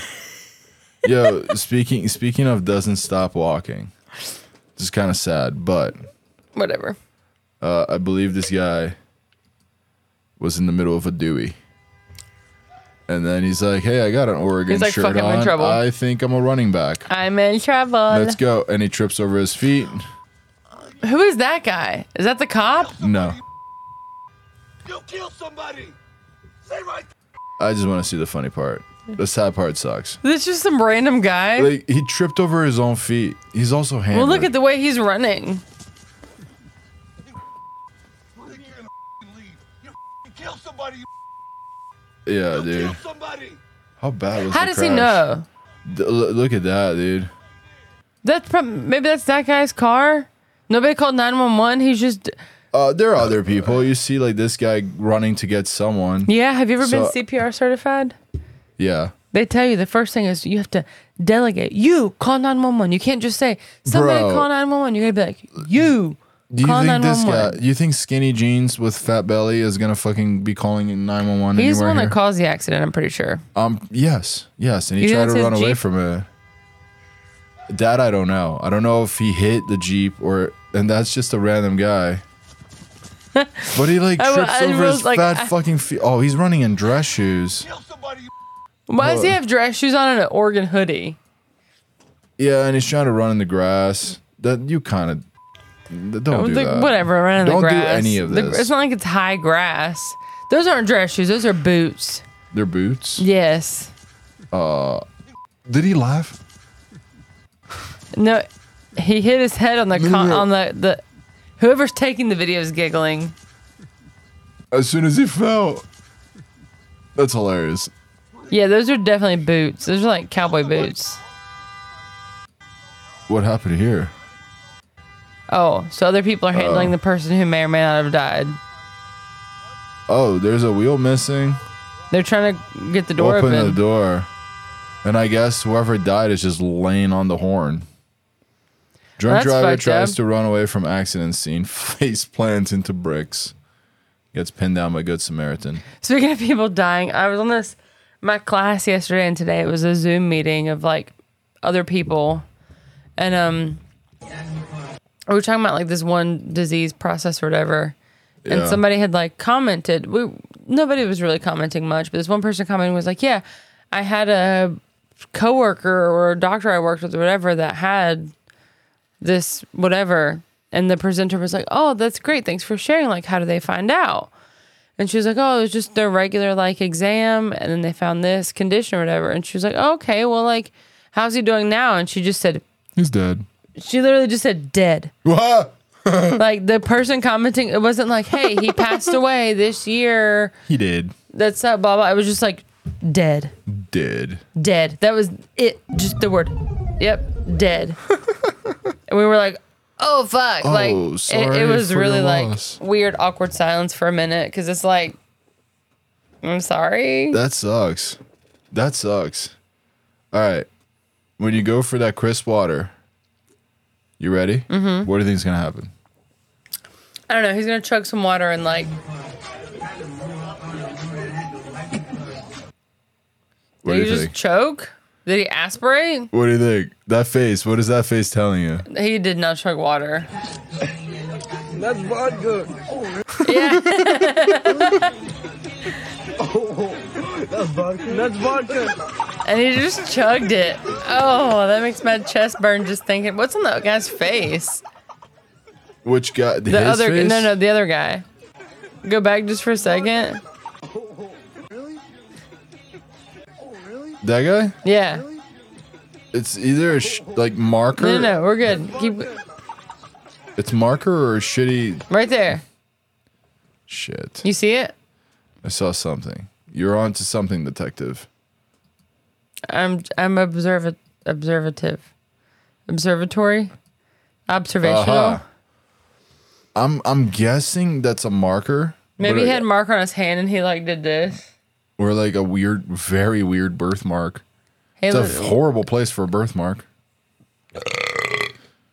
Yo, speaking speaking of doesn't stop walking. This is kind of sad, but
whatever.
uh, I believe this guy was in the middle of a Dewey. And then he's like, "Hey, I got an Oregon
He's like,
shirt
"Fuck, I'm in
on.
trouble."
I think I'm a running back.
I'm in trouble.
Let's go." And he trips over his feet.
Who is that guy? Is that the cop?
No,
You kill somebody. Say right.
I just want to see the funny part. The sad part sucks.
This just some random guy.
Like he tripped over his own feet. He's also hammered.
well, look at the way he's running.
You think you're gonna f***ing leave. You f***ing kill somebody. You
yeah,
kill
dude.
somebody.
How bad was?
How
the
does he
crash?
know?
D- l- look at that, dude.
That's prob- maybe that's that guy's car. Nobody called nine one one. He's just
Uh, there are other people. You see, like this guy running to get someone.
yeah. Have you ever
So-
been CPR certified?
Yeah.
They tell you the first thing is you have to delegate. You call 911. You can't just say, somebody
Bro.
call 911. You gotta be like, you
Do you
call
think this guy?
911.
You think skinny jeans with fat belly is gonna fucking be calling nine one one
He's the
anywhere
one
here?
that caused the accident, I'm pretty sure.
um. Yes. Yes. And he
You think
tried to
that's his
run away
Jeep?
from it. That I don't know. I don't know if he hit the jeep or, and that's just a random guy. but he like
I wa-
trips
I
over
was
his
like,
fat
I-
fucking feet. Oh, he's running in dress shoes.
Kill somebody. You
Why does he have dress shoes on and an Oregon hoodie?
Yeah, and he's trying to run in the grass. That you kind of don't do
The-
that.
Whatever, around
Don't
the
do
grass.
any of
The-
this.
it's not like it's high grass. Those aren't dress shoes, those are boots.
Their boots.
Yes.
Did he laugh?
No, he hit his head on the
no,
con-
no.
on the, the whoever's taking the video is giggling.
As soon as he fell. That's hilarious.
Yeah, those are definitely boots. Those are like cowboy boots.
What happened here?
Oh, so other people are handling the person who may or may not have died.
Oh, there's a wheel missing.
They're trying to get the door
Open
open.
the door. And I guess whoever died is just laying on the horn. Drunk
That's
driver
fucked
tries
up.
to run away from accident scene. Face plants into bricks. Gets pinned down by Good Samaritan.
Speaking of people dying, I was on this my class yesterday and today. It was a Zoom meeting of like other people, and um, we were talking about like this one disease process or whatever. And
Yeah.
somebody had like commented. We nobody was really commenting much, but this one person commented was like, "Yeah, I had a coworker or a doctor I worked with or whatever that had this whatever." And the presenter was like, "Oh, that's great. Thanks for sharing. Like, how do they find out?" And she was like, "Oh, it was just their regular like exam, and then they found this condition or whatever." And she was like, "Okay, well, like, how's he doing now?" And she just said,
He's dead.
she literally just said, "Dead."
What?
Like the person commenting, it wasn't like, "Hey, he passed away this year."
He did.
That's up, blah blah. It was just like, "Dead,
Did.
dead." That was it. Just the word. Yep, dead. and we were like, "Oh fuck!" like
Oh,
it- it,
sorry
was
for your
really like
loss.
weird, awkward silence for a minute because it's like, "I'm sorry."
That sucks. That sucks. All right. When you go for that crisp water, you ready? Mm-hmm. What do you think's gonna happen?
I don't know. He's gonna chug some water and like.
What do
did he
you
just
think?
choke? Did he aspirate?
What do you think? That face. What is that face telling you?
He did not chug water. That's vodka. Yeah.
That's vodka.
and he just chugged it. Oh, that makes my chest burn just thinking. What's on that guy's face?
Which guy?
The other no no the other guy. Go back just for a second.
That guy?
Yeah.
It's either a sh- like marker.
No, no, no, we're good. Keep
It's marker or a shitty
right there.
shit.
You see it?
I saw something. You're onto something, detective.
I'm I'm observant observative. Observatory? Observational?
Uh-huh. I'm I'm guessing that's a marker.
Maybe
but
he
it-
had mark on his hand and he like did this.
or like a weird, very weird birthmark.
Hey,
It's a
look-
horrible place for a birthmark.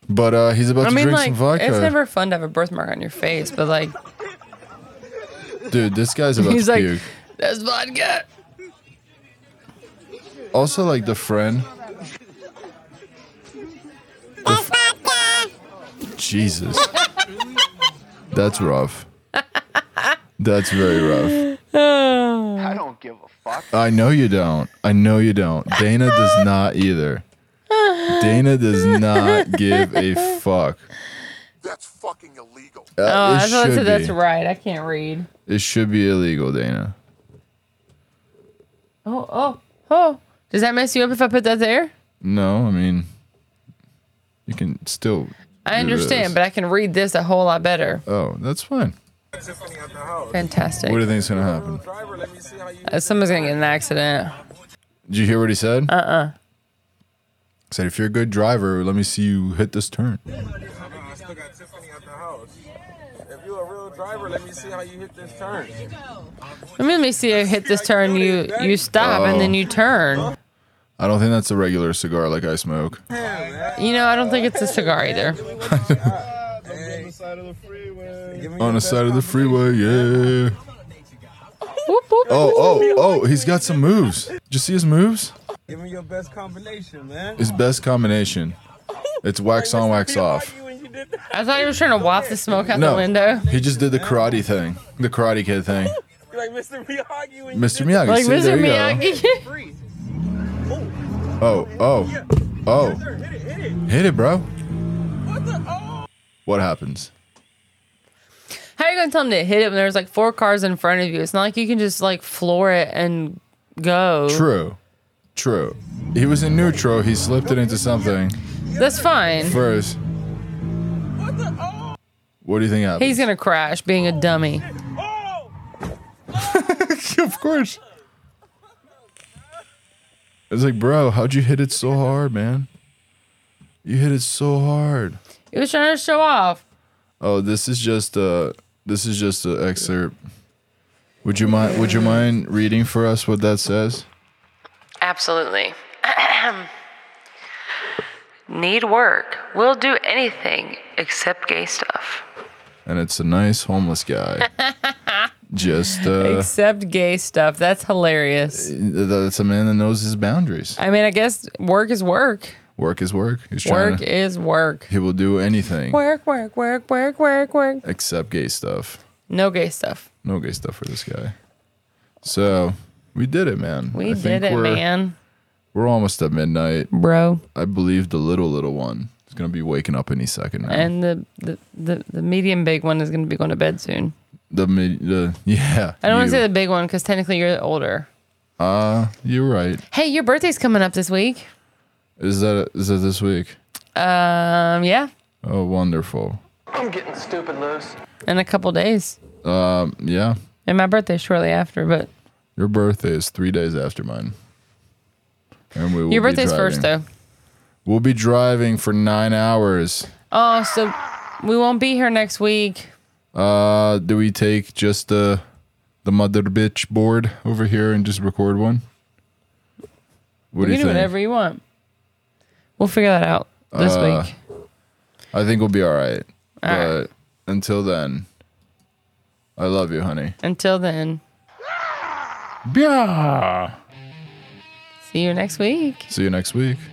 But uh, he's about
I
to
mean,
drink
like,
some vodka,
it's never fun to have a birthmark on your face, but like,
dude. This guy's about
he's
to
like,
puke.
that's vodka.
Also, like the friend. The f- Jesus, that's rough. That's very rough.
I don't give a fuck.
I know you don't. I know you don't. Dana does not either. Dana does not give a fuck.
That's fucking illegal.
Uh,
Oh,
it
I thought it
should
said that's
be.
right. I can't read.
It should be illegal, Dana.
Oh, oh, oh. Does that mess you up if I put that there?
No, I mean, you can still.
I understand, but I can read this a whole lot better.
Oh, that's fine.
Fantastic.
What do you think's gonna happen?
Uh, Someone's gonna get in an accident.
Did you hear what he said? Uh uh
Uh-uh.
Said if you're a good driver, let me see you hit this turn.
Let me, let me see you hit this turn. You you stop and then you turn.
I don't think that's a regular cigar like I smoke.
You know, I don't think it's a cigar either.
On the side of the freeway, yeah.
Whoop, whoop.
Oh, oh, oh, he's got some moves. Did you see his moves? Give me your best combination, man. His best combination. It's wax on, wax off.
I thought he was trying to waft the smoke out the
No,
window.
he just did the karate thing, the karate kid thing. like Mr. Miyagi.
Like
see,
Mr.
there you go.
Miyagi.
Oh, oh, oh. Hit it, bro. What happens?
How are you gonna tell him to hit it when there's like four cars in front of you? It's not like you can just like floor it and go.
True. True. He was in neutral. He slipped it into something
That's fine.
first. What do you think happened?
He's gonna crash being a dummy.
of course. It's like, bro, how'd you hit it so hard, man? You hit it so hard.
He was trying to show off.
Oh, this is just a this is just an excerpt. Would you mind? Would you mind reading for us what that says?
Absolutely. Need work. We'll do anything except gay stuff.
and it's a nice homeless guy. Just uh,
Except gay stuff. That's hilarious.
that's a man that knows his boundaries.
I mean, I guess work is work.
Work is work. He's trying.
Work
to-
is work.
he will do anything
Work, work, work, work, work, work.
except gay stuff.
No gay stuff.
No gay stuff for this guy. So we did it, man.
We
I think
did it,
we're,
man.
We're almost at midnight.
Bro.
I believe the little little one is gonna be waking up any second now.
And the, the, the, the medium big one is going to be going to bed soon.
the mid, the yeah.
I don't want
you.
to say the big one because technically you're older.
Uh, you're right.
Hey, your birthday's coming up this week.
Is that is that this week?
Um, yeah,
Oh, wonderful.
I'm getting stupid loose.
in a couple days.
Um, yeah.
And my birthday's shortly after, but
Your birthday is three days after mine. And we will
your
be
birthday's
driving.
first though.
We'll be driving for nine hours.
Oh, so we won't be here next week.
Uh, do we take just the the mother bitch board over here and just record one? What
you
do
can
you
do
think?
whatever you want. We'll figure that out this
Uh,
week.
I think we'll be all right. but
right.
until then, I love you, honey.
Until then,
Yeah.
see you next week.
See you next week.